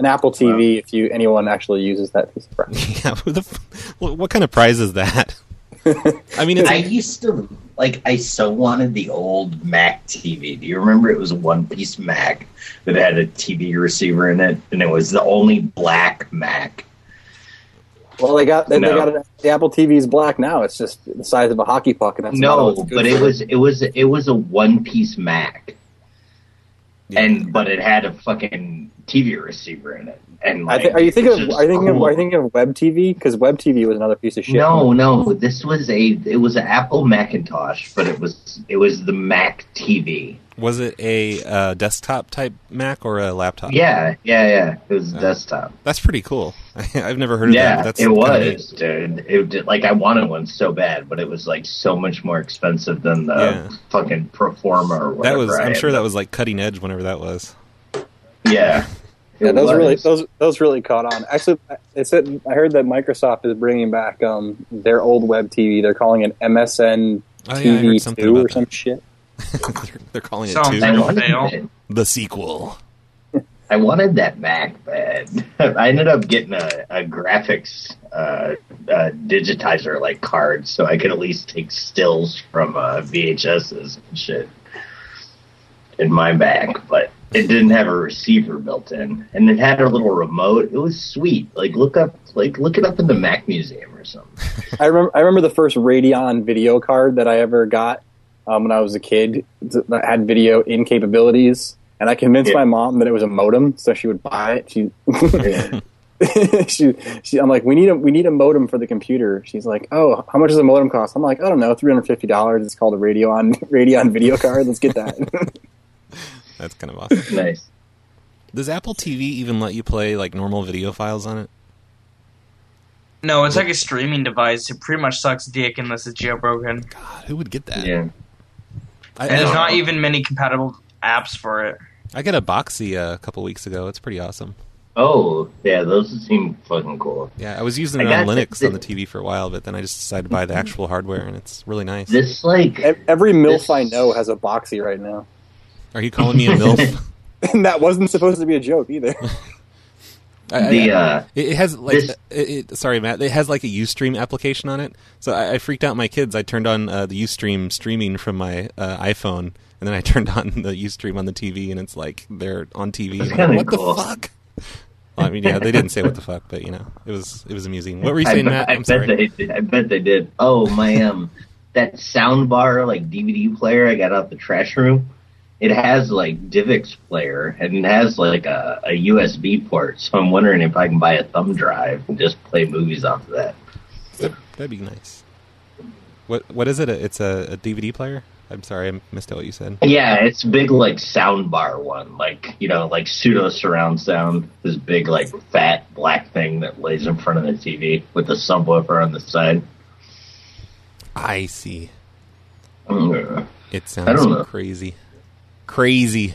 F: An Apple TV, if you anyone actually uses that piece of crap.
G: yeah, who the f- what, what kind of prize is that? I mean, it's-
H: I used to like. I so wanted the old Mac TV. Do you remember? It was a one-piece Mac that had a TV receiver in it, and it was the only black Mac.
F: Well, they got they, they
H: No.
F: got an, the Apple TV is black now. It's just the size of a hockey puck, and that's about all
H: no,
F: it's good
H: but it
F: for.
H: was it was it was a one-piece Mac, and but it had a fucking TV receiver in it. And
F: I
H: like,
F: think, are you thinking
H: it's
F: of
H: just
F: are you thinking of
H: cool.
F: are you thinking of Web TV? Because Web TV was another piece of shit.
H: No, no. This was a it was an Apple Macintosh, but it was it was the Mac TV.
G: was it a uh, desktop type Mac or a laptop?
H: Yeah, yeah, yeah. It was desktop.
G: That's pretty cool. I've never heard of that.
H: yeah,
G: but that's
H: it
G: kinda
H: was,
G: neat.
H: dude. It did, like I wanted one so bad, but it was like so much more expensive than the fucking Performer. Or
G: That
H: whatever
G: was.
H: I
G: I'm
H: had.
G: sure that was like cutting edge. Whenever that was.
H: Yeah.
F: Yeah,
H: It
F: those
H: was.
F: really those those really caught on. Actually, they said I heard that Microsoft is bringing back um, their old Web TV. They're calling it MSN
G: Oh, yeah, I heard
F: TV
G: something
F: Two
G: about
F: or some shit.
G: They're calling
F: Sounds
G: it
F: like
G: two.
F: a fail.
G: The sequel.
H: I wanted that Mac bad. I ended up getting a, a graphics uh, uh, digitizer like card, so I could at least take stills from uh, VHSs and shit in my Mac. But it didn't have a receiver built in, and it had a little remote. It was sweet. Like look up, like look it up in the Mac Museum or something.
F: I remember. I remember the first Radeon video card that I ever got um, when I was a kid that had video in capabilities, and I convinced my mom that it was a modem, so she would buy it. She, she, she, I'm like, we need a we need a modem for the computer. She's like, oh, how much does a modem cost? I'm like, I don't know, three hundred fifty dollars. It's called a Radeon Radeon video card. Let's get that.
G: That's kind of awesome.
H: Nice.
G: Does Apple TV even let you play like normal video files on it?
K: No, it's like a streaming device. It pretty much sucks dick unless it's jailbroken.
G: God, who would get that?
H: Yeah.
G: I-
K: and there's not even many compatible apps for it.
G: I got a boxy uh, a couple weeks ago. It's pretty awesome.
H: Oh yeah, those seem fucking cool.
G: Yeah, I was using
H: I
G: it
H: got
G: on
H: the-
G: Linux on the TV for a while, but then I just decided to buy the actual hardware, and it's really nice.
H: This like
F: every milf I know has a boxy right now.
G: Are you calling me a milf?
F: and that wasn't supposed to be a joke either.
G: I- I-
F: The,
G: I-
F: uh,
G: it it has like
F: this-
G: it, it- sorry Matt, it has like a UStream application on it. So I, I freaked out my kids. I turned on uh, the UStream streaming from my uh, iPhone, and then I turned on the UStream on the TV, and it's like they're on TV.
H: That's
G: And I'm
H: kinda
G: like, what
H: cool.
G: the fuck? Well, I mean, yeah, they didn't say what the fuck, but you know, it was it was amusing. What were you
H: I
G: saying,
H: bet-
G: Matt?
H: I
G: I'm sorry.
H: bet they did. I bet they did. Oh my um, that sound bar like DVD player I got out the trash room. It has like DivX player and it has like a, a USB port. So I'm wondering if I can buy a thumb drive and just play movies off of that.
G: That'd be nice. What what is it? It's a, a DVD player. I'm sorry, I missed out what you said.
H: Yeah, it's big like sound bar one, like you know, like pseudo surround sound. This big like fat black thing that lays in front of the TV with the subwoofer on the side.
G: I see.
H: Mm.
G: It
H: I
G: sounds
H: don't know.
G: crazy, crazy.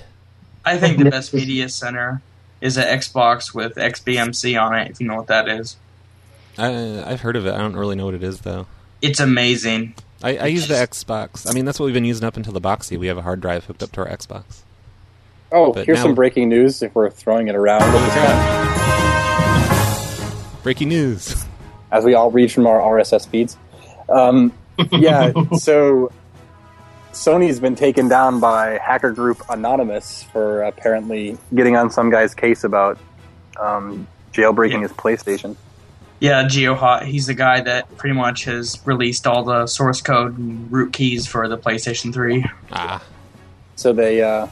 K: I think the best media center is an Xbox with XBMC on it, if you know what that is.
G: I, I've heard of it. I don't really know what it is though.
K: It's amazing.
G: I, I use the Xbox. I mean, that's what we've been using up until the boxy. We have a hard drive hooked up to our Xbox.
F: Oh,
G: But
F: here's
G: now-
F: some breaking news if we're throwing it around.
G: Breaking news.
F: As we all read from our RSS feeds. Um, yeah, so Sony's been taken down by hacker group Anonymous for apparently getting on some guy's case about um, jailbreaking his PlayStation.
K: Yeah, GeoHot. He's the guy that pretty much has released all the source code and rootkeys for the PlayStation 3.
G: Ah.
F: So they, uh,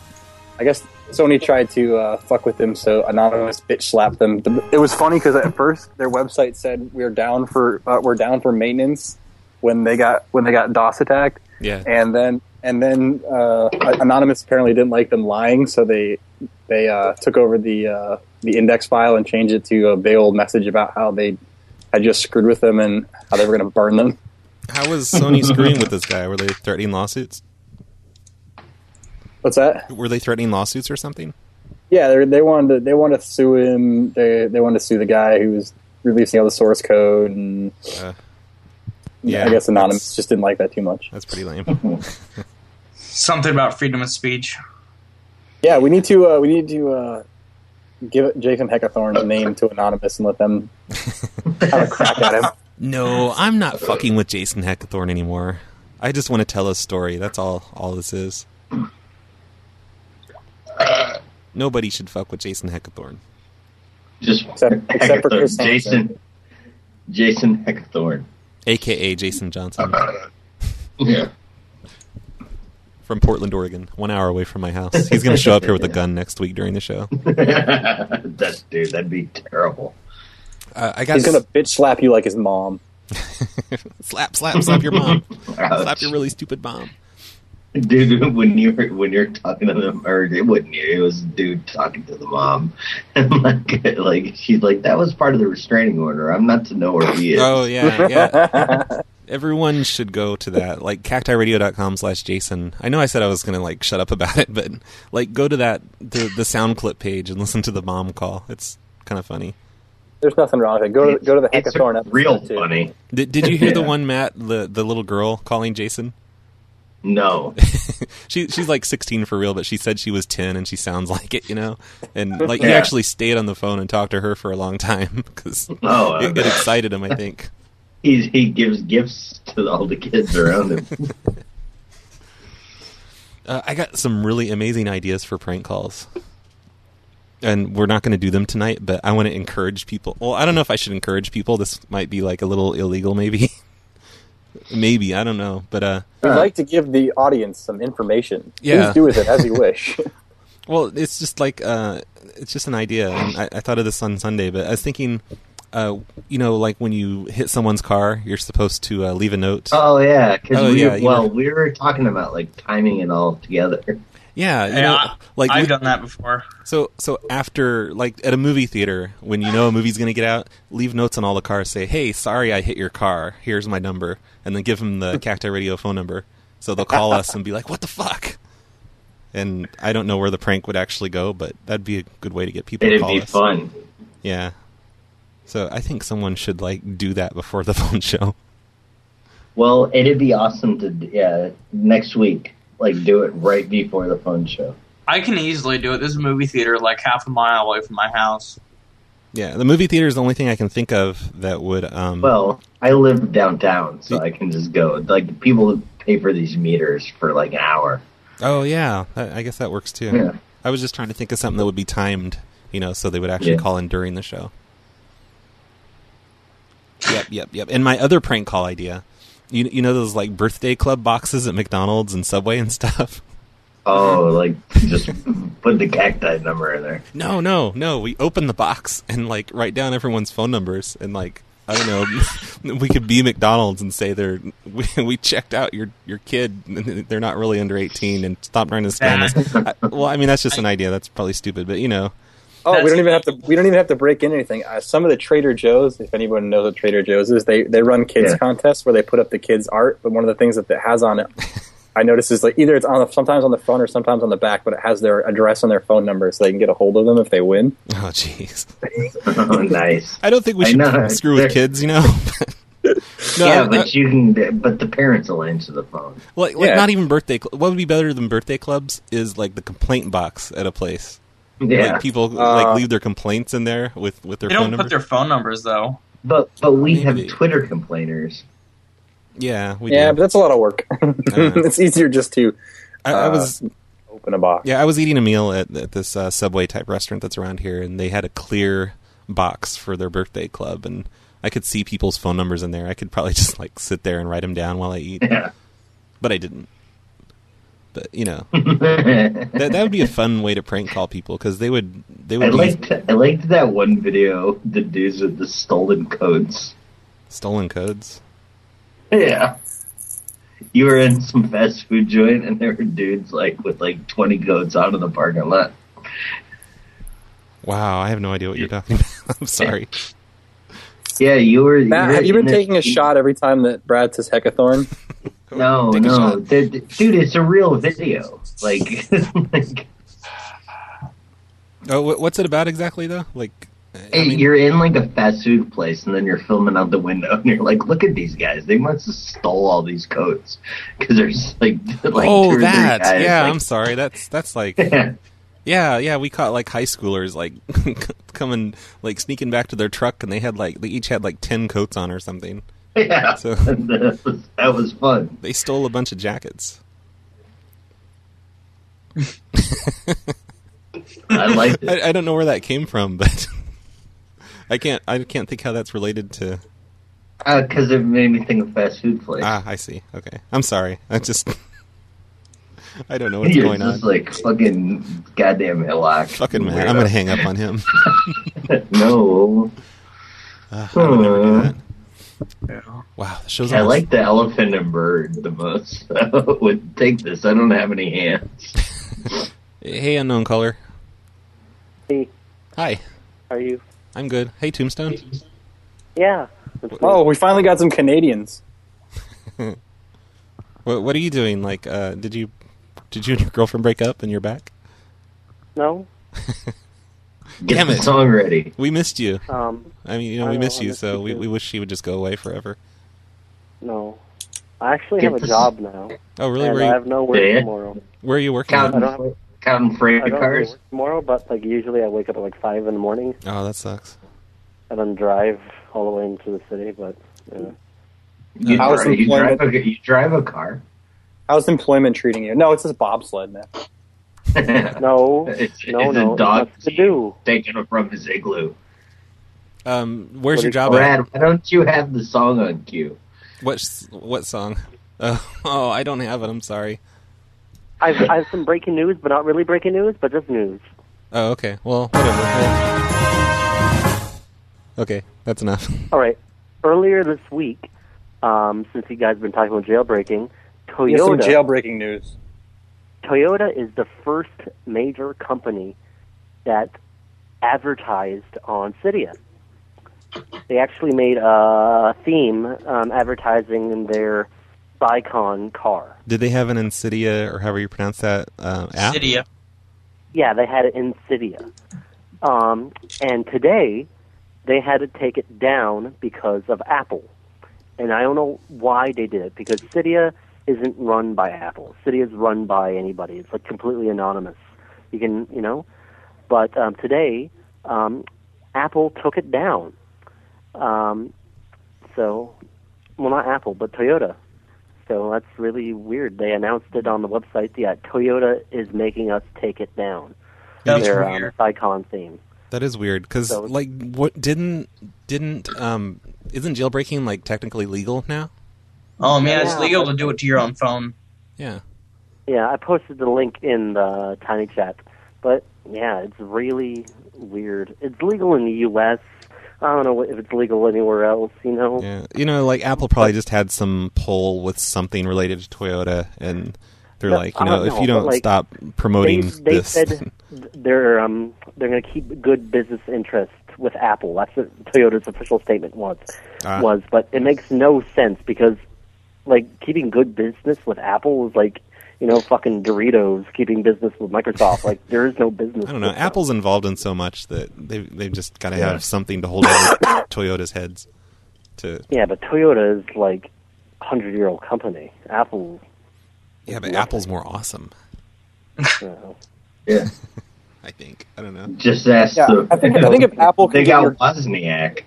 F: I guess Sony tried to uh, fuck with them, so Anonymous bitch slapped them. The- It was funny because at first their website said we're down for uh, we're down for maintenance when they got when they got DOS attacked,
G: Yeah.
F: and then and then uh, Anonymous apparently didn't like them lying, so they they uh, took over the uh, the index file and changed it to a big old message about how they had just screwed with them and how they were going to burn them.
G: How was Sony screwing with this guy? Were they threatening lawsuits?
F: What's that?
G: Were they threatening lawsuits or something?
F: Yeah, they they wanted to, they wanted to sue him. They they wanted to sue the guy who was releasing all the source code, and
G: Uh, yeah,
F: I guess anonymous just didn't like that too much.
G: That's pretty lame.
K: Something about freedom of speech.
F: yeah, we need to uh, we need to uh, give Jason Heckathorn's name to anonymous and let them have a crack at him.
G: No, I'm not fucking with Jason Heckathorn anymore. I just want to tell a story. That's all. All this is. Nobody should fuck with Jason Heckathorn.
H: Just
G: except for
H: Heckathorn.
G: Chris Hansen.
H: Jason. Jason Heckathorn.
G: aka Jason Johnson.
H: Yeah.
G: From Portland, Oregon, one hour away from my house. He's going to show up here with a gun next week during the show.
H: that dude, that'd be terrible.
G: Uh, I got
F: He's gonna bitch slap you like his mom.
G: slap, slap, slap your mom.
H: Ouch.
G: slap your really stupid mom.
H: Dude, when you were when you're talking to them, or it wasn't you, it was a dude talking to the mom, and like, like she's like, "That was part of the restraining order. I'm not to know where he is."
G: Oh yeah, yeah. Everyone should go to that, like cactiradio.com slash Jason. I know I said I was gonna like shut up about it, but like go to that the the sound clip page and listen to the mom call. It's kind of funny.
F: There's nothing wrong with it. Go to go to the
H: It's
F: Heckathorn episode.
H: real
F: too.
H: funny.
G: Did, did you hear the
H: Yeah.
G: one Matt the the little girl calling Jason?
H: No,
G: she she's like 16 for real, but she said she was 10 and she sounds like it, you know. And like you
H: Yeah.
G: actually stayed on the phone and talked to her for a long time because
H: Oh, I
G: it, it
H: bet.
G: excited him. I think.
H: He he gives gifts to all the kids around him.
G: Uh, I got some really amazing ideas for prank calls. And we're not going to do them tonight, but I want to encourage people. Well, I don't know if I should encourage people. This might be like a little illegal, maybe. maybe. I don't know. But, uh,
F: We'd like to give the audience some information.
G: Yeah.
F: Please do with it as you wish.
G: well, it's just like, uh, it's just an idea. And I, I thought of this on Sunday, but I was thinking, uh, you know, like when you hit someone's car, you're supposed to uh, leave a note.
H: Oh yeah, because
G: Oh,
H: we
G: yeah, you
H: well
G: were-
H: we were talking about like timing it all together.
G: Yeah, you
H: Yeah,
G: know,
H: I-
G: like
H: I've
K: done that before.
G: So, so after like at a movie theater, when you know a movie's going to get out, leave notes on all the cars. Say, "Hey, sorry, I hit your car. Here's my number," and then give them the Cacti Radio phone number. So they'll call us and be like, "What the fuck?" And I don't know where the prank would actually go, but that'd be a good way to get people. to
H: It'd
G: call
H: be
G: us.
H: fun.
G: Yeah. So I think someone should like do that before the phone show.
H: Well, it'd be awesome to yeah next week like do it right before the phone show.
K: I can easily do it. There's a movie theater like half a mile away from my house.
G: Yeah, the movie theater is the only thing I can think of that would. Um,
H: Well, I live downtown, so I can just go. Like people pay for these meters for like an hour.
G: Oh yeah, I, I guess that works too.
H: Yeah.
G: I was just trying to think of something that would be timed, you know, so they would actually
H: Yeah.
G: call in during the show. Yep, yep, yep. And my other prank call idea, you you know those like birthday club boxes at McDonald's and Subway and stuff.
H: Oh, like just put the cacti number in there.
G: No, no, no. We open the box and like write down everyone's phone numbers and like I don't know. we could be McDonald's and say they're we, we checked out your your kid. They're not really under eighteen and stop trying to scam us. I, well, I mean that's just an idea. That's probably stupid, but you know.
F: Oh, we don't even have to. We don't even have to break in anything. Uh, some of the Trader Joe's, if anyone knows what Trader Joe's is, they they run kids
H: Yeah.
F: contests where they put up the kids art. But one of the things that it has on it, I notice is like either it's on the, sometimes on the front or sometimes on the back, but it has their address and their phone number, so they can get a hold of them if they win.
G: Oh, jeez.
H: Oh, nice.
G: I don't think we
H: I
G: should
H: know.
G: screw with kids, you know. No,
H: yeah,
G: I-
H: but
G: I-
H: you can. But the parents will answer the phone.
G: like, like not e- even birthday. Cl- what would be better than birthday clubs is like the complaint box at a place.
H: Yeah.
G: like, people
H: Uh,
G: like leave their complaints in there with with their
K: they
G: phone
K: don't
G: number.
K: put their phone numbers though.
H: But but we have Twitter complainers.
G: yeah, we
F: yeah,
G: do.
F: but that's a lot of work. it's easier just to. uh,
G: I- I
H: uh,
G: was-
F: open a box.
G: Yeah, I was eating a meal at, at this uh, subway type restaurant that's around here, and they had a clear box for their birthday club, and I could see people's phone numbers in there. I could probably just like sit there and write them down while I eat.
H: Yeah.
G: But I didn't. But you know, that that would be a fun way to prank call people because they would they
H: I
G: would use
H: liked I liked that one video. The dudes with the stolen codes.
G: stolen codes.
H: Yeah. You were in some fast food joint, and there were dudes like with like twenty codes out of the parking lot.
G: Wow, I have no idea what you're talking about. I'm sorry.
H: Yeah, you were. you
F: Matt,
H: were
F: have you been
H: in the-
F: taking a shot every time that Brad says heckathorn?
H: No,
F: Take a
H: no,
F: shot.
H: The- the- dude, it's a real video. Like, like
G: Oh, wh- what's it about exactly though? Like,
H: you're in like a fast food place, and then you're filming out the window, and you're like, "Look at these guys! They must have stole all these coats because there's like, like two or
G: oh,
H: three
G: that.
H: guys,
G: yeah,
H: like-
G: I'm sorry. That's that's like,
H: Yeah.
G: yeah, yeah. We caught like high schoolers like coming like sneaking back to their truck, and they had like they each had like ten coats on or something.
H: Yeah,
G: So
H: that was, that was fun.
G: They stole a bunch of jackets.
H: I liked
G: I, I don't know where that came from, but I can't. I can't think how that's related to.
H: because uh, it made me think of fast food place.
G: Ah, I see. Okay, I'm sorry. I just. I don't know what's
H: You're
G: going on.
H: just like fucking goddamn Hillock.
G: Fucking man, I'm gonna hang up on him.
H: no.
G: Ah, I would never do that. Wow, the show's
H: Hmm. I
G: almost-
H: like the elephant and bird the most. I would take this. I don't have any hands.
G: Hey, unknown caller.
Q: Hey.
G: Hi.
Q: How are you?
G: I'm good. Hey, Tombstone.
Q: Yeah.
F: Oh, we finally got some Canadians.
G: What What are you doing? Like, uh, did you did you and your girlfriend break up and you're back?
Q: No.
H: Get the song ready.
G: We missed you.
Q: Um,
G: I mean, you know,
Q: I
G: we
Q: know,
G: miss
Q: I
G: you.
Q: miss
G: So
Q: you
G: we,
Q: too.
G: we wish she would just go away forever.
Q: No. I actually have a job now.
G: Oh, really?
Q: And
G: Where
Q: I
G: you-
Q: have no work
G: Yeah, yeah.
Q: tomorrow.
G: Where are you working?
Q: I don't have,
H: counting
Q: I
H: freight
Q: don't have
H: cars.
Q: work tomorrow, but like usually I wake up at like five in the morning
G: Oh, that sucks.
Q: and then drive all the way into the city. But yeah.
H: You,
F: How's
H: drive, you,
F: employment-
H: drive a, you drive a car.
F: How's employment treating you? No, it's this bobsled, man.
Q: no,
H: it's,
F: no,
H: it's
F: no,
H: a dog
F: that's
H: to do. taking it from his igloo.
G: Um, where's
H: What
G: your
H: is-
G: job?
H: Brad,
G: at?
H: why don't you have the song on cue?
G: What s- what song? Oh, oh, I don't have it. I'm sorry.
Q: I've I have some breaking news, but not really breaking news, but just news.
G: Oh, okay. Well, whatever. Well- Okay, that's enough.
Q: All right. Earlier this week, um, since you guys have been talking about jailbreaking, Toyota.
F: Here's some jailbreaking news.
Q: Toyota is the first major company that advertised on Cydia. They actually made a theme um, advertising in their Bicon car.
G: Did they have an Insidia or however you pronounce that uh, app?
K: Cydia.
Q: Yeah, they had it in Cydia. Um, and today, they had to take it down because of Apple. And I don't know why they did it, because Cydia isn't run by Apple. Cydia is run by anybody. It's like completely anonymous. You can, you know. But um, today, um, Apple took it down. Um, so, well, not Apple, but Toyota. So that's really weird. They announced it on the website. Yeah, Toyota is making us take it down.
G: That's
Q: Their um,
G: weird.
Q: Icon theme.
G: That is weird because
Q: So-
G: like what didn't didn't um isn't jailbreaking like technically legal now?
K: Oh man, it's
Q: Yeah.
K: legal to do it to your own phone.
G: Yeah.
Q: Yeah, I posted the link in the tiny chat. But yeah, it's really weird. It's legal in the U.S. I don't know if it's legal anywhere else. You know.
G: Yeah. You know, like Apple probably just had some poll with something related to Toyota, and they're
Q: No,
G: like, you
Q: I
G: know,
Q: don't
G: if
Q: know,
G: you
Q: but,
G: don't
Q: like,
G: stop promoting
Q: they, they
G: this,
Q: said th- they're um, they're going to keep good business interests with Apple. That's what Toyota's official statement was.
G: Ah.
Q: Was, but it makes no sense because like keeping good business with Apple is like you know fucking Doritos keeping business with Microsoft. like there is no business.
G: I don't know. Apple's involved in so much that they they've just got to
Q: Yeah.
G: have something to hold over Toyota's heads. To
Q: Yeah, but Toyota is like a hundred year old company. Apple.
G: yeah, but Apple's more awesome.
H: Yeah.
G: I think I don't know.
H: Just ask
F: Yeah,
H: the.
F: I think, I think if Apple can
H: they
F: get
H: got
F: your,
H: Wozniak.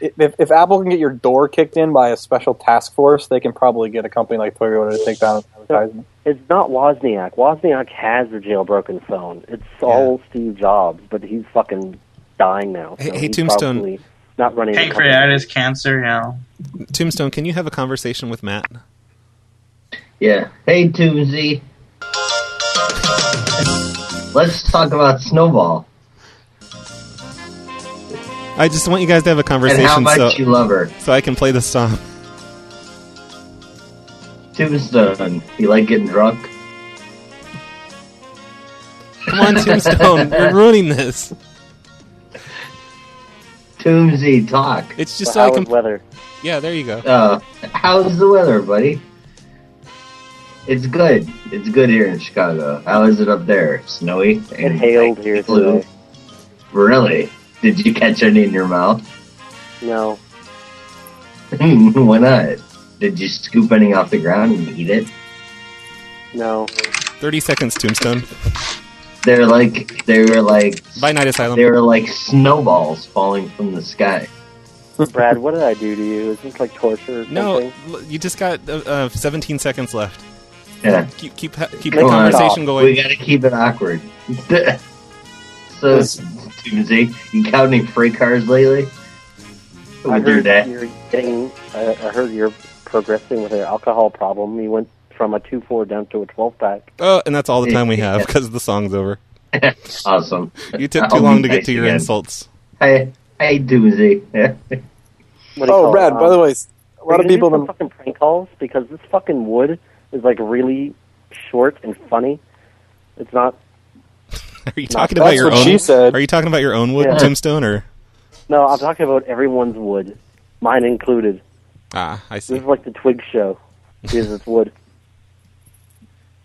F: if, if Apple can get your door kicked in by a special task force, they can probably get a company like Toyota to take down an advertisement.
Q: It's not Wozniak. Wozniak has a jailbroken phone. It's all Steve Jobs, but he's fucking dying now. So
G: Hey- hey,
Q: he's
G: Tombstone.
Q: probably Not running. the company.
K: Pancreatitis cancer, yeah.
G: Tombstone, can you have a conversation with Matt?
H: Yeah. Hey, Toomsy. Let's talk about Snowball.
G: I just want you guys to have a conversation.
H: much
G: so,
H: you love her.
G: So I can play the song.
H: Tombstone. You like getting drunk?
G: Come on, Tombstone, you're ruining this.
H: Toomsy, talk.
G: It's just Well, so I how can- is
Q: weather?
G: Yeah, there you go.
H: Uh, how's the weather, buddy? It's good. It's good here in Chicago. How is it up there? Snowy?
Q: It hailed here
H: blue?
Q: today.
H: Really? Did you catch any in your mouth?
Q: No,
H: Why not? Did you scoop any off the ground and eat it?
Q: no.
G: Thirty seconds, Tombstone.
H: They're like they were like
G: by night asylum.
H: They were like snowballs falling from the sky.
Q: Brad, what did I do to you? Is this like torture? Or
G: No,
Q: something?
G: l- you just got uh, uh, 17 seconds left.
H: Yeah.
G: Keep keep ha- keep
H: Come
G: the
H: on.
G: conversation going.
H: We gotta keep it awkward. so, Toomsy, you caught any freight cars lately?
Q: I
H: With your
Q: heard
H: dad?
Q: you're getting. I, I heard you're progressing with your alcohol problem. You went from a two four down to a twelve pack.
G: Oh, and that's all the time we have because the song's over.
H: awesome.
G: You took
H: I'll
G: too
H: be
G: long to
H: nice
G: get to your
H: again.
G: insults.
H: Hey, hey, Doozy.
F: Oh, Brad. by the
Q: Um,
F: way, a lot of people have been
Q: been fucking prank calls because this fucking wood is like really short and funny. It's not.
G: Are you
Q: Not-
G: talking about
Q: That's
G: your
Q: what
G: own?
Q: she said.
G: Are you talking about your own wood
Q: Yeah.
G: tombstone or?
Q: No, I'm talking about everyone's wood, mine included.
G: Ah, I see.
Q: This is like the Twig show. Because it's wood.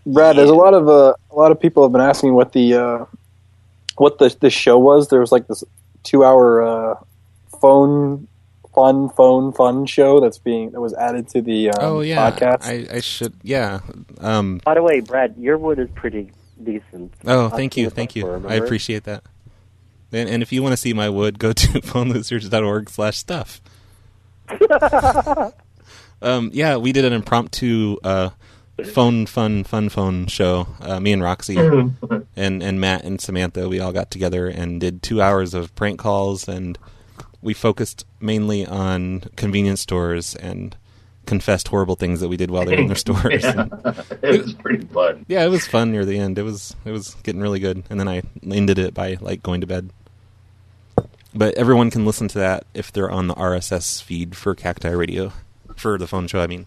F: Brad, there's a lot of uh, a lot of people have been asking what the uh, what the the show was. There was like this two hour uh, phone fun phone fun show that's being that was added to the um,
G: oh yeah,
F: podcast.
G: I, I should. Yeah. Um.
Q: By the way, Brad, your wood is pretty decent.
G: Oh,
Q: Uh,
G: thank you, thank you. I
Q: remember?
G: appreciate that. And, and if you want to see my wood, go to phonelosers.org slash stuff. Um, yeah, we did an impromptu uh, phone, fun, fun, phone show. Uh, me and Roxy
H: Mm-hmm.
G: and and Matt and Samantha, we all got together and did two hours of prank calls, and we focused mainly on convenience stores and confessed horrible things that we did while they were in their stores.
H: Yeah. it was pretty fun.
G: Yeah, it was fun near the end. It was it was getting really good, and then I ended it by like going to bed. But everyone can listen to that if they're on the RSS feed for Cacti Radio, for the phone show. I mean,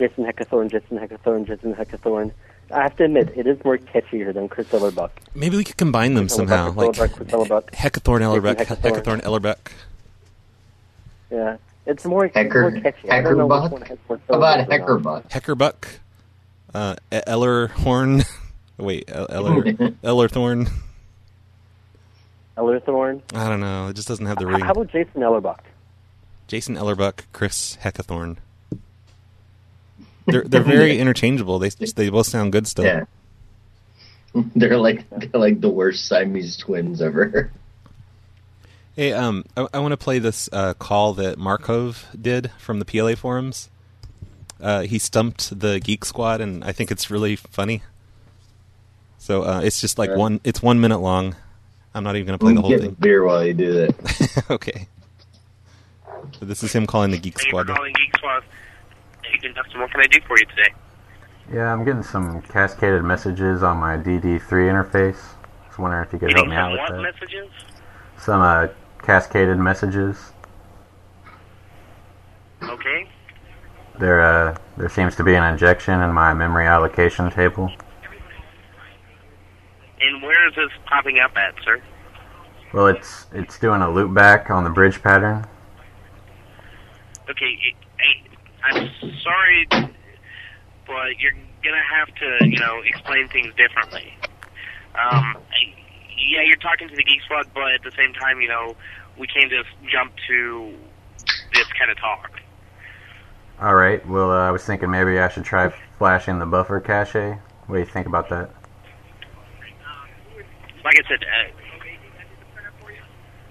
Q: Jason Heckathorn, Jason Heckathorn, Jason Heckathorn. I have to admit, it is more catchier than Chris Ellerbuck.
G: maybe we could combine them somehow, like
Q: Ellerbuck, Chris Ellerbuck.
G: Heckathorn Ellerbeck, Heckathorn
Q: Heckathorn.
G: Ellerbeck.
Q: Yeah, it's more, it's
H: Hecker-
Q: more catchy. I don't know which
H: Heckerbuck?
Q: one has more
H: How about
Q: syllables or not.
H: Heckerbuck?
G: Heckerbuck, uh, E- Ellerhorn. Wait, El- Eller Ellerthorn.
Q: Ellerthorn.
G: I don't know. It just doesn't have the
Q: How
G: ring.
Q: about Jason Ellerbuck?
G: Jason Ellerbuck, Chris Heckathorn. They're they're very interchangeable. They they both sound good still.
H: Yeah. They're like they're like the worst Siamese twins ever.
G: Hey, um, I, I want to play this uh, call that Markov did from the PLA forums. Uh, he stumped the Geek Squad, and I think it's really funny. So uh, it's just like
H: Yeah.
G: one. It's one minute long. I'm not even going to play the whole
H: Get
G: thing.
H: beer while you do that.
G: okay. So this is him calling the Geek Squad.
I: Calling Geek Squad. Agent Dustin, what can I do for you today?
R: Yeah, I'm getting some cascaded messages on my DD3 interface. Just wondering if you could help
I: Getting
R: me
I: some
R: out with
I: what
R: that.
I: messages?
R: Some uh, cascaded messages.
I: Okay.
R: There, uh, there seems to be an injection in my memory allocation table.
I: And where is this popping up at, sir?
R: Well, it's it's doing a loopback on the bridge pattern.
I: Okay, I, I, I'm sorry, but you're gonna have to, you know, explain things differently. Um, I, yeah, you're talking to the Geek Squad, but at the same time, you know, we can't just jump to this kind of talk.
R: All right. Well, uh, I was thinking maybe I should try flashing the buffer cache. What do you think about that?
I: Like I said, uh,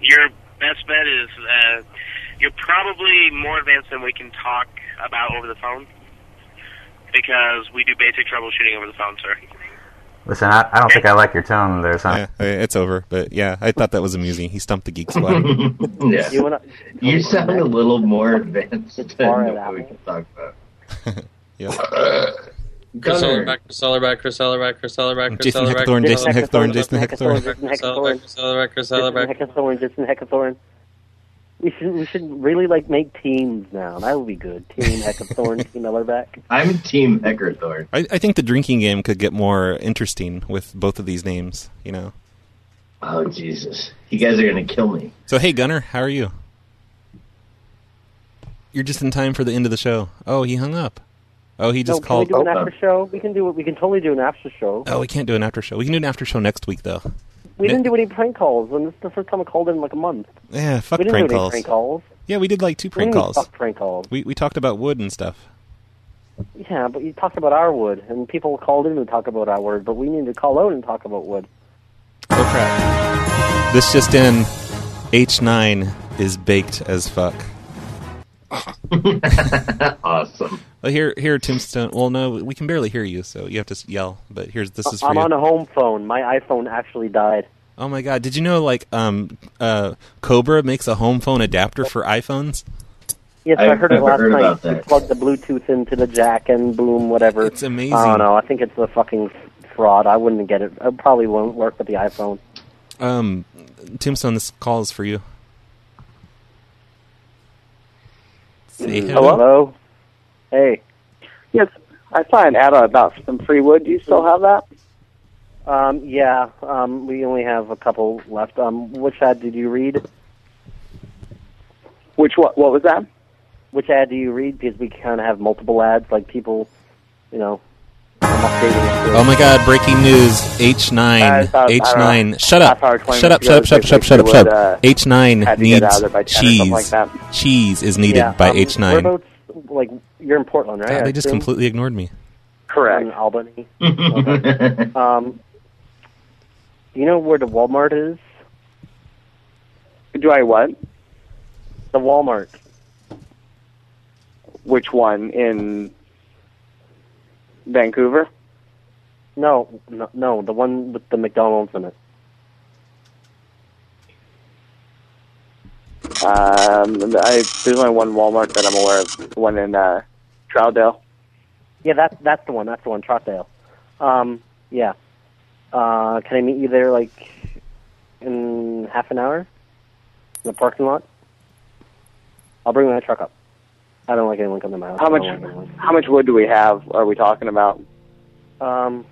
I: your best bet is uh, you're probably more advanced than we can talk about over the phone because we do basic troubleshooting over the phone, sir.
R: Listen, I, I don't think I like your tone there, son.
G: Yeah, it's over. But yeah, I thought that was amusing. He stumped the Geek Squad.
H: yeah.
Q: You wanna-
H: You sound a little more advanced than what we can talk about.
G: yeah.
S: Chris
H: Gunner.
S: Ellerback, Chris Ellerback, Chris Ellerback, Chris Ellerback, Chris
G: Jason
S: Ellerback,
G: Heckathorn,
S: Chris
G: Jason Heckathorn, Jason Heckathorn.
S: Chris Ellerback, Chris Ellerback, Chris
Q: Jason
S: Ellerback.
Q: Heckathorn, Jason Heckathorn. We should we should really like make teams now. That would be good. Team Heckathorn, Team Ellerback.
H: I'm Team Heckerthorn.
G: I, I think the drinking game could get more interesting with both of these names. You know.
H: Oh Jesus! You guys are gonna kill me.
G: So hey, Gunner, how are you? You're just in time for the end of the show. Oh, he hung up. Oh, he just
Q: no,
G: called.
Q: Can we do
H: uh,
Q: an after show? We can do it. We can totally do an after show.
G: Oh, we can't do an after show. We can do an after show next week though.
Q: We didn't do any prank calls, and this is the first time I called in, like a month.
G: Yeah, fuck
Q: we didn't
G: prank
Q: do any
G: calls.
Q: prank calls.
G: Yeah, we did like two
Q: We
G: prank
Q: didn't
G: calls.
Q: Fuck prank calls.
G: We we talked about wood and stuff.
Q: Yeah, but you talked about our wood, and people called in to talk about our wood, but we need to call out and talk about wood.
G: Oh crap! This just in: H9 is baked as fuck.
H: awesome.
G: Well, here, here, Tombstone. Well, no, we can barely hear you, so you have to s- yell. But here's this is for
Q: I'm
G: you.
Q: on a home phone. My iPhone actually died.
G: Oh my god! Did you know like um uh Cobra makes a home phone adapter for iPhones?
Q: Yes, I
G: I've
Q: heard it
G: never
Q: last
G: heard
Q: night.
G: about
Q: You
G: that.
Q: plug the Bluetooth into the jack and boom, whatever. It's
G: amazing.
Q: I don't know. I think it's a fucking fraud. I wouldn't get it. It probably won't work with the iPhone.
G: Um, Tombstone, this call is for you. Say
Q: Mm-hmm.
T: Hello?
Q: Hey.
T: Yes, I saw an ad about some free wood. Do you still have that?
Q: Um, yeah, um, we only have a couple left. Um, which ad did you read?
T: Which what? What was that?
Q: Which ad do you read? Because we kind of have multiple ads, like people, you know.
T: I'm updating it.
G: Oh my God! Breaking news: H
T: I
G: nine,
T: thought- I
G: H
T: don't know.
G: nine. Shut up!
T: I thought 20
G: Shut up! Shut up!
T: minutes ago,
G: Shut up! Shut up!
T: they
G: Shut up!
T: would,
G: Shut
T: uh,
G: up! H nine
T: had to get out of
G: needs
T: there by 10 or something like
G: cheese.
T: that.
G: Cheese is needed
T: Yeah,
G: by
T: um,
G: H nine.
T: whereabouts- Like you're in Portland, right?
G: God,
T: I
G: they just
T: assume?
G: completely ignored me.
T: Correct. In Albany. Okay. um, do you know where the Walmart is? Do I what? The Walmart.
U: Which one in Vancouver?
Q: No, no, no, the one with the McDonald's in it.
T: Um, I, there's only one Walmart that I'm aware of. The one in uh, Troutdale.
Q: Yeah, that that's the one. That's the one. Troutdale. Um, yeah. Uh, can I meet you there like in half an hour? In the parking lot. I'll bring my truck up. I don't like anyone coming to my house.
T: How
Q: I
T: much?
Q: don't like anyone.
T: How much wood do we have? Are we talking about?
Q: Um,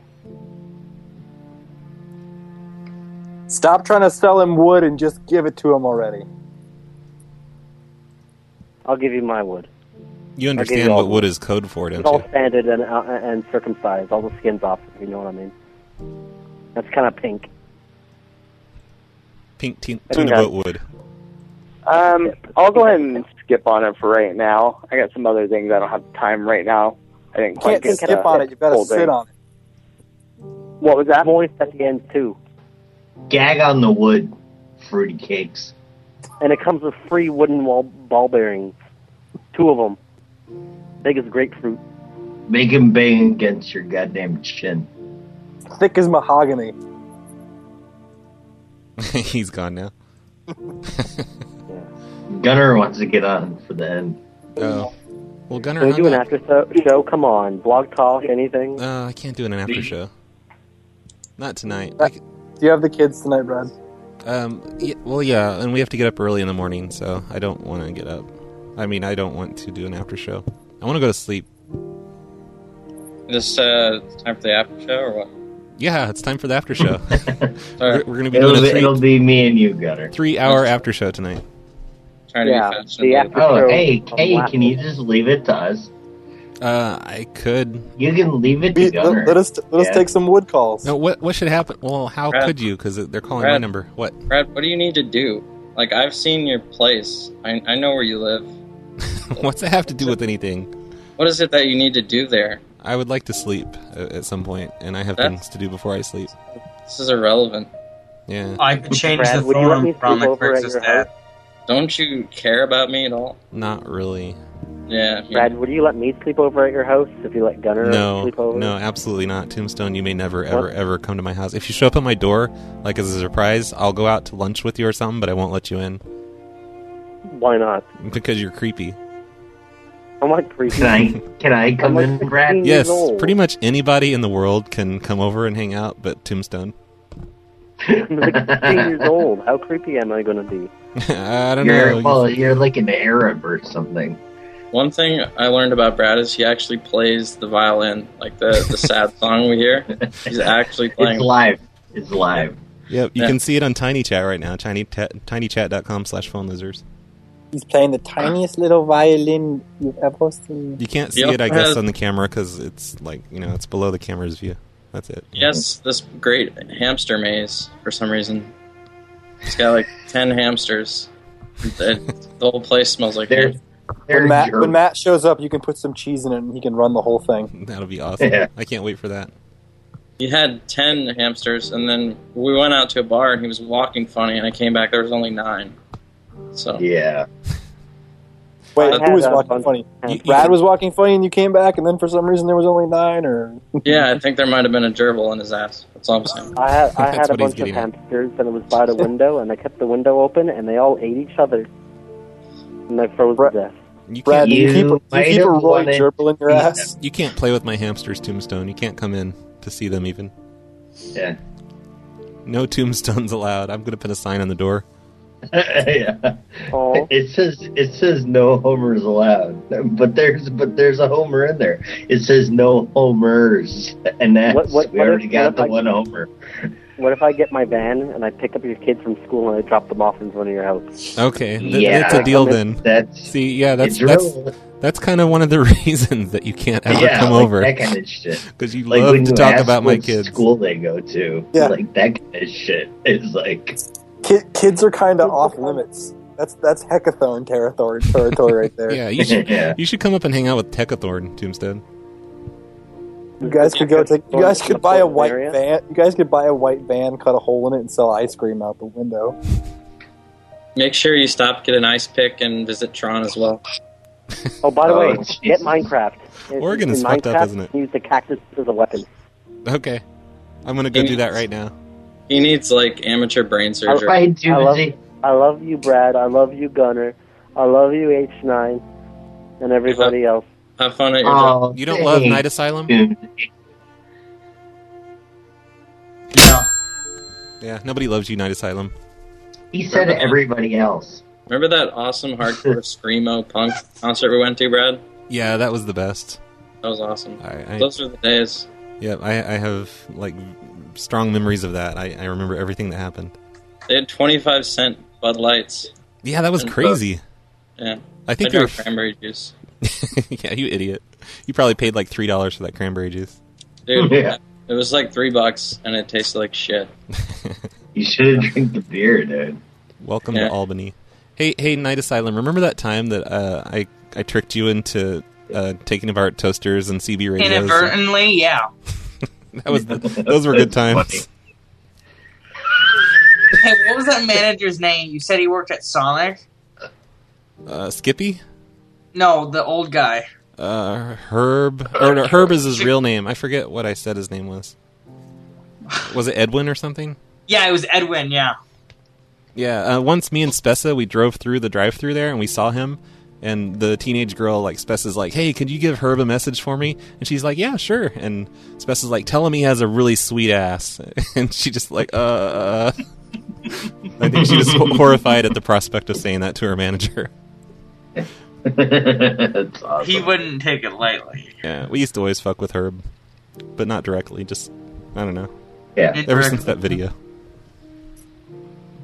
F: Stop trying to sell him wood and just give it to him already.
Q: I'll give you my wood.
G: You
Q: I'll give
G: understand
Q: all
G: what
Q: the-
G: wood is code for, don't
Q: It's all
G: you?
Q: sanded and uh, and circumcised. All the skins off. If you know what I mean. That's kind of pink.
G: Pink teen,
T: Okay.
G: tuna boat wood.
T: Um, I'll go ahead and skip on it for right now. I got some other things I don't have time right now. I didn't quite
F: can't
T: get
F: skip
T: the
F: on it. You better
T: whole
F: sit
T: thing.
F: on it.
T: What was that?
Q: Moist at the end too,
H: Gag on the wood, fruity cakes.
Q: and it comes with free wooden wall ball bearings, two of them, big as grapefruit.
H: Make him bang against your goddamn chin.
F: Thick as mahogany.
G: He's gone now.
H: Gunner wants to get on for the end.
G: Oh. Well, Gunner,
Q: Can we
G: hung
Q: do an
G: up.
Q: after so- show? Come on, blog talk, anything?
G: Uh, I can't do an after show. Not tonight.
F: Uh, Do you have the kids tonight, Brad?
G: Um, yeah, well, yeah, and we have to get up early in the morning, so I don't want to get up. I mean, I don't want to do an after show. I want to go to sleep.
S: This uh, it's time for the after show or what?
G: Yeah, it's time for the after show.
S: Sorry.
G: we're, we're gonna be
H: It'll
G: doing
H: be,
G: a three,
H: it'll be me and you, Gunner.
G: three hour after show tonight.
S: Trying
H: Yeah,
S: to be fast.
H: the
S: and-
H: after Oh, show hey, on hey, Waffle. can you just leave it to us?
G: Uh, I could.
H: You can leave it
F: Be- let, let us let us take some wood calls.
G: No, what what should happen? Well, how
S: Brad.
G: could you? Because they're calling my
S: Brad.
G: number. What?
S: Brad, what do you need to do? Like, I've seen your place. I, I know where you live.
G: What's that have to do with anything?
S: What is it that you need to do there?
G: I would like to sleep at, at some point, and I have
S: That's-
G: things to do before I sleep.
S: This is irrelevant.
G: Yeah.
K: I could change
S: Brad,
K: the
S: would you let
K: forum
S: me sleep
K: from like
S: over at
K: versus
S: your
K: that.
S: Don't you care about me at all?
G: Not really.
S: Yeah.
Q: Brad, would you let me sleep over at your house if you let Gunner
G: No,
Q: sleep over?
G: no, absolutely not. Tombstone, you may never, ever, ever come to my house. If you show up at my door, like as a surprise, I'll go out to lunch with you or something, but I won't let you in
Q: Why not?
G: because you're creepy.
Q: I'm like creepy.
H: Can I can I come in, Brad?
G: Yes, pretty much anybody in the world can come over and hang out, but Tombstone.
Q: I'm like 16 years old. How creepy am I going to be?
G: I don't
H: you're,
G: know.
H: Well, you're like an Arab or something.
S: One thing I learned about Brad is he actually plays the violin, like the, the sad song we hear. He's actually playing.
H: It's live. It's live.
G: Yep, you
S: Yeah.
G: can see it on Tiny Chat right now. Tiny ta- tinychat.com slash phone losers.
F: He's playing the tiniest little violin you've ever seen.
G: You can't
S: He
G: see it, I
S: also
G: guess,
S: has-
G: on the camera because it's like you know it's below the camera's view. That's it.
S: Yes, this great hamster maze for some reason. He's got like ten hamsters. The, the whole place smells like hamster.
F: When Matt, when Matt shows up, you can put some cheese in it and he can run the whole thing.
G: That'll be awesome.
F: Yeah.
G: I can't wait for that.
S: He had ten hamsters, and then we went out to a bar, and he was walking funny, and I came back. There was only nine. So
H: Yeah.
F: Wait,
S: I
F: who
S: had
F: was
S: a
F: walking funny? Brad was walking funny and you came back, and then for some reason there was only nine. Or
S: yeah, I think there might have been a gerbil in his ass. That's all I'm saying.
Q: I had, I
S: That's
Q: had a
S: what he's
Q: bunch of
S: getting at.
Q: hamsters, and it was by the window, and I kept the window open, and they all ate each other. And I froze to death.
G: You
F: Brad, do you keep, do you keep a Roy gerbil in your ass?
G: You can't play with my hamster's tombstone. You can't come in to see them even.
H: Yeah.
G: No tombstones allowed. I'm gonna put a sign on the door.
H: yeah.
Q: Oh.
H: It says it says no homers allowed, but there's but there's a homer in there. It says no homers, and that's
Q: What- what-
H: we
Q: what
H: already
Q: if-
H: got
Q: what if
H: the
Q: I-
H: one homer.
Q: What if I get my van and I pick up your kids from school and I drop them off in front of your house?
G: Okay, th-
Q: Yeah,
G: that's a deal
Q: I mean,
G: then.
H: That's,
G: See, yeah, that's
Q: it's real.
G: that's that's kind of one of the reasons that you can't ever
H: yeah,
G: come
H: like
G: over
H: that kind of shit.
G: because you
H: Like,
G: love
H: when
G: to
H: you
G: talk
H: ask
G: about my
H: what
G: kids.
H: School they go to,
F: Yeah.
H: like that kind of shit is like
F: Kid, kids are kind of off limits. That's that's hecathon territory, territory right there.
G: Yeah, you should you should come up and hang out with Techathorn Tombstead.
F: You guys could go take. You guys could buy a white van. You guys could buy a white van, cut a hole in it, and sell ice cream out the window.
S: Make sure you stop, get an ice pick, and visit Tron as well.
Q: Oh, by the
S: Oh,
Q: way,
S: Jesus.
Q: get Minecraft. In-
S: Oregon is
Q: in
S: fucked up,
Q: Minecraft,
S: isn't it?
Q: Use the cactus as a weapon.
G: Okay, I'm gonna go do that right now.
S: He needs like amateur brain surgery.
Q: I love, I love you, Brad. I love you, Gunner. I love you, H9, and everybody else.
S: Have fun at your
Q: Oh,
S: job.
Q: You don't love thanks, Night Asylum?
G: dude. Yeah, nobody loves United Asylum.
H: He said everybody else.
S: Remember that awesome hardcore screamo punk concert we went to, Brad?
G: Yeah, that was the best.
S: That was awesome.
G: I-
S: Those are the days.
G: Yeah, I, I have like strong memories of that. I, I remember everything that happened.
S: They had 25 cent Bud Lights.
G: Yeah, that was
S: And uh, Coke.
G: crazy.
S: Yeah.
G: I think
S: I
G: you're-
S: drank cranberry juice.
G: yeah, you idiot. You probably paid like three dollars for that cranberry juice.
S: Dude,
G: Yeah.
S: it was like three bucks and it tasted like shit.
H: You should have drank the beer, dude.
G: Welcome
S: Yeah.
G: to Albany. Hey, hey, Night Asylum. Remember that time that uh, I I tricked you into uh, taking apart toasters and CB radios?
K: Inadvertently, yeah.
G: That was the, those were good times.
K: Hey, what was that manager's name? You said he worked at Sonic?
G: Uh, Skippy,
K: No, the old guy.
G: uh, Herb, or no, Herb is his real name. I forget what I said his name was. Was it Edwin or something?
K: Yeah, it was Edwin, yeah.
G: Yeah, uh, once me and Spessa, we drove through the drive-through there, and we saw him. And the teenage girl, like Spessa's, like, "Hey, could you give Herb a message for me?" And she's like, "Yeah, sure." And Spessa's like, "Tell him he has a really sweet ass." And she just like, "Uh." I think she was horrified at the prospect of saying that to her manager.
K: He wouldn't take it lightly.
G: Yeah, we used to always fuck with Herb, but not directly. Just I don't know.
H: Yeah.
G: Ever since that video,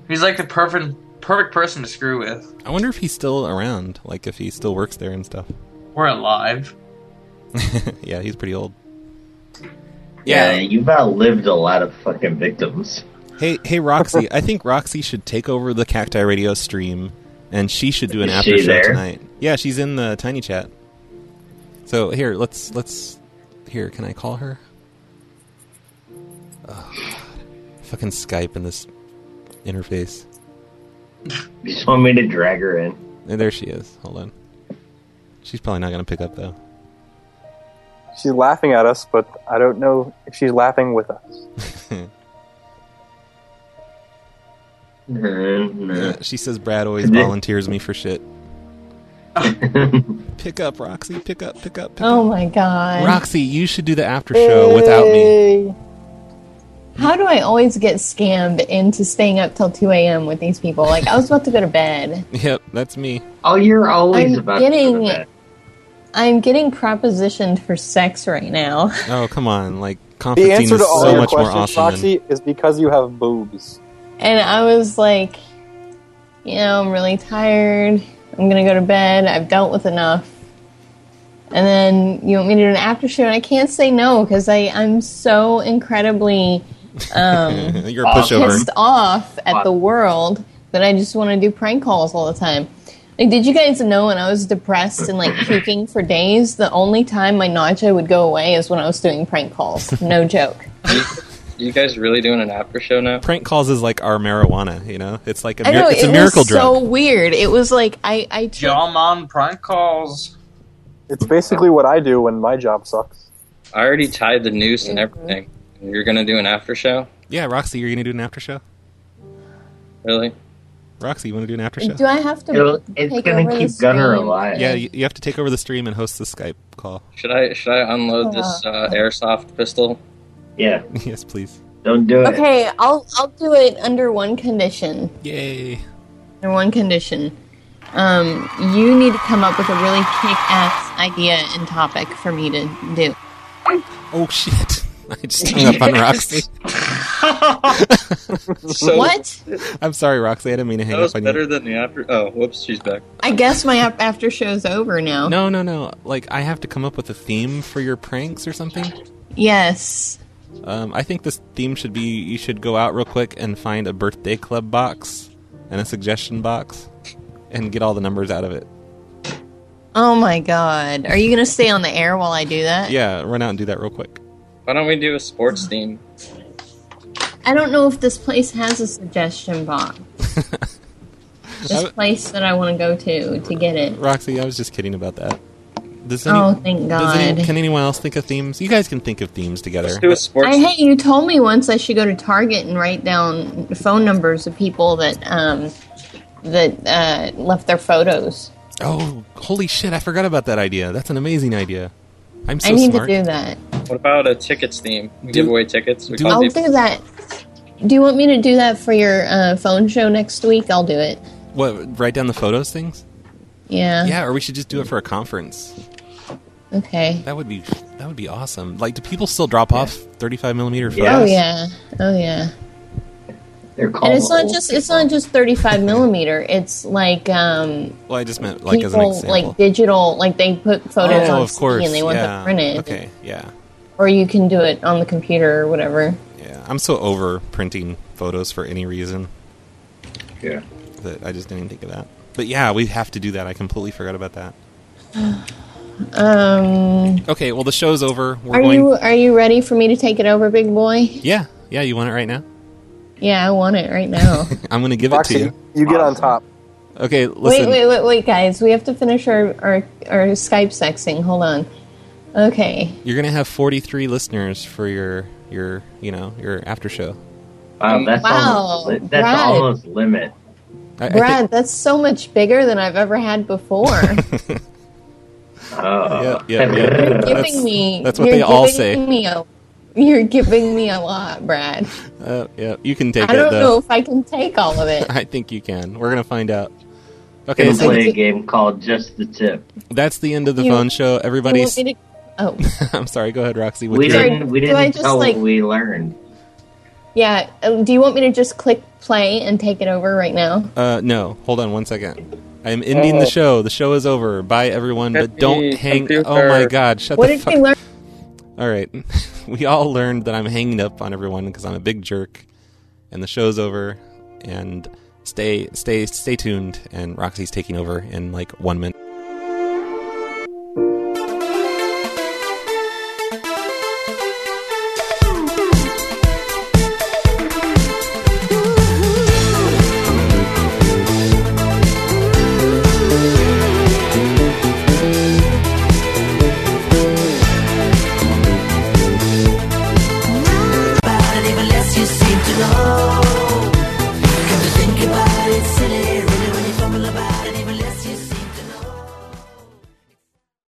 K: He's like the perfect perfect person to screw with.
G: I wonder if he's still around. Like if he still works there and stuff.
K: We're alive.
G: yeah, he's pretty old.
H: Yeah, you've outlived a lot of fucking victims.
G: Hey, hey, Roxy. I think Roxy should take over the Cacti Radio stream, and she should do an
H: Is
G: after
H: she
G: show
H: there?
G: tonight. Yeah, she's in the tiny chat. So here, let's let's here. Can I call her? Ugh, fucking Skype in this interface.
H: You just want me to drag her in?
G: And there she is. Hold on. She's probably not gonna pick up though.
F: She's laughing at us, but I don't know if she's laughing with us.
G: Yeah, she says Brad always
H: Could they-
G: volunteers me for shit. pick up, Roxy. Pick up. Pick up. Pick
U: Oh
G: up.
U: my god.
G: Roxy, you should do the after show without me.
U: How do I always get scammed into staying up till 2 a.m. with these people? Like, I was about to go to bed.
G: Yep, that's me.
H: Oh, you're always
U: I'm getting. I'm getting propositioned for sex right now.
G: Oh, come on. Like,
F: The
G: conferencing is
F: answer to all
G: so
F: your
G: much more
F: questions,
G: awesome.
F: Foxy, is because you have boobs.
U: And I was like, you know, I'm really tired. I'm going to go to bed. I've dealt with enough. And then you want me to do an after show, and I can't say no because I'm so incredibly um,
G: than- You're a pushover.
U: pissed off at the world that I just want to do prank calls all the time. Like, did you guys know when I was depressed and like puking for days, the only time my nausea would go away is when I was doing prank calls. No joke.
S: You guys really doing an after show now?
G: Prank calls is like our marijuana, you know? It's like a,
U: I
G: mir-
U: know
G: it's
U: it
G: a miracle
U: was so
G: drug.
U: weird. It was like I I took-
K: John on prank calls.
F: It's basically what I do when my job sucks.
S: I already tied the noose and everything. You're gonna do an after show?
G: Yeah, Roxy, you're going to do an after show?
S: Really?
G: Roxy, you want to do an after show?
U: Do I have to?
G: It'll-
U: it's take over the stream?
G: Yeah, you, you have to take over the stream and host the Skype call.
S: Should I should I unload this uh, airsoft pistol?
H: Yeah.
G: yes, please.
H: Don't do
U: Okay, I'll I'll do it under one condition.
G: Yay!
U: Under one condition, um, you need to come up with a really kick-ass idea and topic for me to do.
G: Oh shit! I just hung up on Roxy.
S: So-
U: What?
G: I'm sorry, Roxy. I didn't mean to hang
S: That was
G: up on you.
S: better than the after. Oh, whoops, she's back.
U: I guess my ap- after show's over now.
G: No, no, no. Like I have to come up with a theme for your pranks or something.
U: Yes.
G: Um, I think this theme should be you should go out real quick and find a birthday club box and a suggestion box and get all the numbers out of it.
U: Oh my god. Are you going to stay on the air while I do that?
G: Yeah, run out and do that real quick.
S: Why don't we do a sports theme?
U: I don't know if this place has a suggestion box. this place that I want to go to to get it.
G: Roxy, I was just kidding about that. Does
U: Oh, thank
G: does any-
U: God.
G: can anyone else think of themes? You guys can think of themes together.
S: Let's do a sports.
U: I, hey, you told me once I should go to Target and write down phone numbers of people that um, that uh, left their photos.
G: Oh, holy shit! I forgot about that idea. That's an amazing idea. I'm so
U: I need
G: smart.
U: to do that.
S: What about a tickets theme? We give away tickets. We call
U: I'll
S: people-
U: do that. Do you want me to do that for your uh, phone show next week? I'll do it.
G: What? Write down the photos things.
U: Yeah.
G: Yeah, or we should just do it for a conference.
U: Okay.
G: That would be that would be awesome. Like, do people still drop off 35 millimeter photos?
U: Oh yeah. Oh yeah.
G: They're
U: and it's not just it's not just 35 millimeter. It's like um,
G: Well, I just meant like as an
U: people
G: example.
U: like digital. Like they put photos
G: oh,
U: on
G: of course.
U: CD and they want
G: yeah.
U: them printed.
G: Okay, yeah.
U: Or you can do it on the computer or whatever.
G: I'm so over printing photos for any reason.
H: Yeah.
G: That I just didn't think of that. But yeah, we have to do that. I completely forgot about that.
U: Um,
G: Okay, well the show's over. We're
U: are
G: going
U: you are you ready for me to take it over, big boy?
G: Yeah. Yeah, you want it right now?
U: Yeah, I want it right now.
G: I'm going to give it to you.
F: You get on top.
G: Okay,
U: wait,
G: listen.
U: wait, wait, wait, guys. We have to finish our, our, our Skype sexing. Hold on. Okay.
G: You're going to have 43 listeners for your your, you know, your after show.
H: Wow, that's
U: Wow,
H: almost li- that's
U: Brad.
H: almost limit.
G: I, I think-
U: Brad, that's so much bigger than I've ever had before.
H: Uh,
G: yeah, yeah, yeah.
U: you're giving
G: That's-
U: me.
G: That's what
U: you're
G: they all
U: giving
G: say.
U: Me a, you're giving me a lot, Brad.
G: Uh, yeah, you can take
U: I
G: it
U: don't know
G: though.
U: if I can take all of it.
G: I think you can. We're gonna find out.
H: Okay,
G: Okay,
H: gonna
G: so
H: play a game called Just the Tip.
G: that's the end of the
U: You-
G: phone show.
U: You
G: Everybody's.
U: want me to, oh,
G: I'm sorry. Go ahead, Roxy. with
H: We
G: your-
H: didn't we
U: do
H: didn't
U: I just,
H: tell
U: like-
H: what we learned.
U: yeah. Um, do you want me to just click play and take it over right now?
G: Uh, no, hold on one second. I'm ending the show. The show is over. Bye, everyone. But
U: Happy
G: don't hang. Oh
U: computer.
G: my God! Shut
U: what
G: the
U: did
G: fuck.
U: we learn?
G: All right, we all learned that I'm hanging up on everyone because I'm a big jerk, and the show's over. And stay, stay, stay tuned. And Roxy's taking over in like one minute.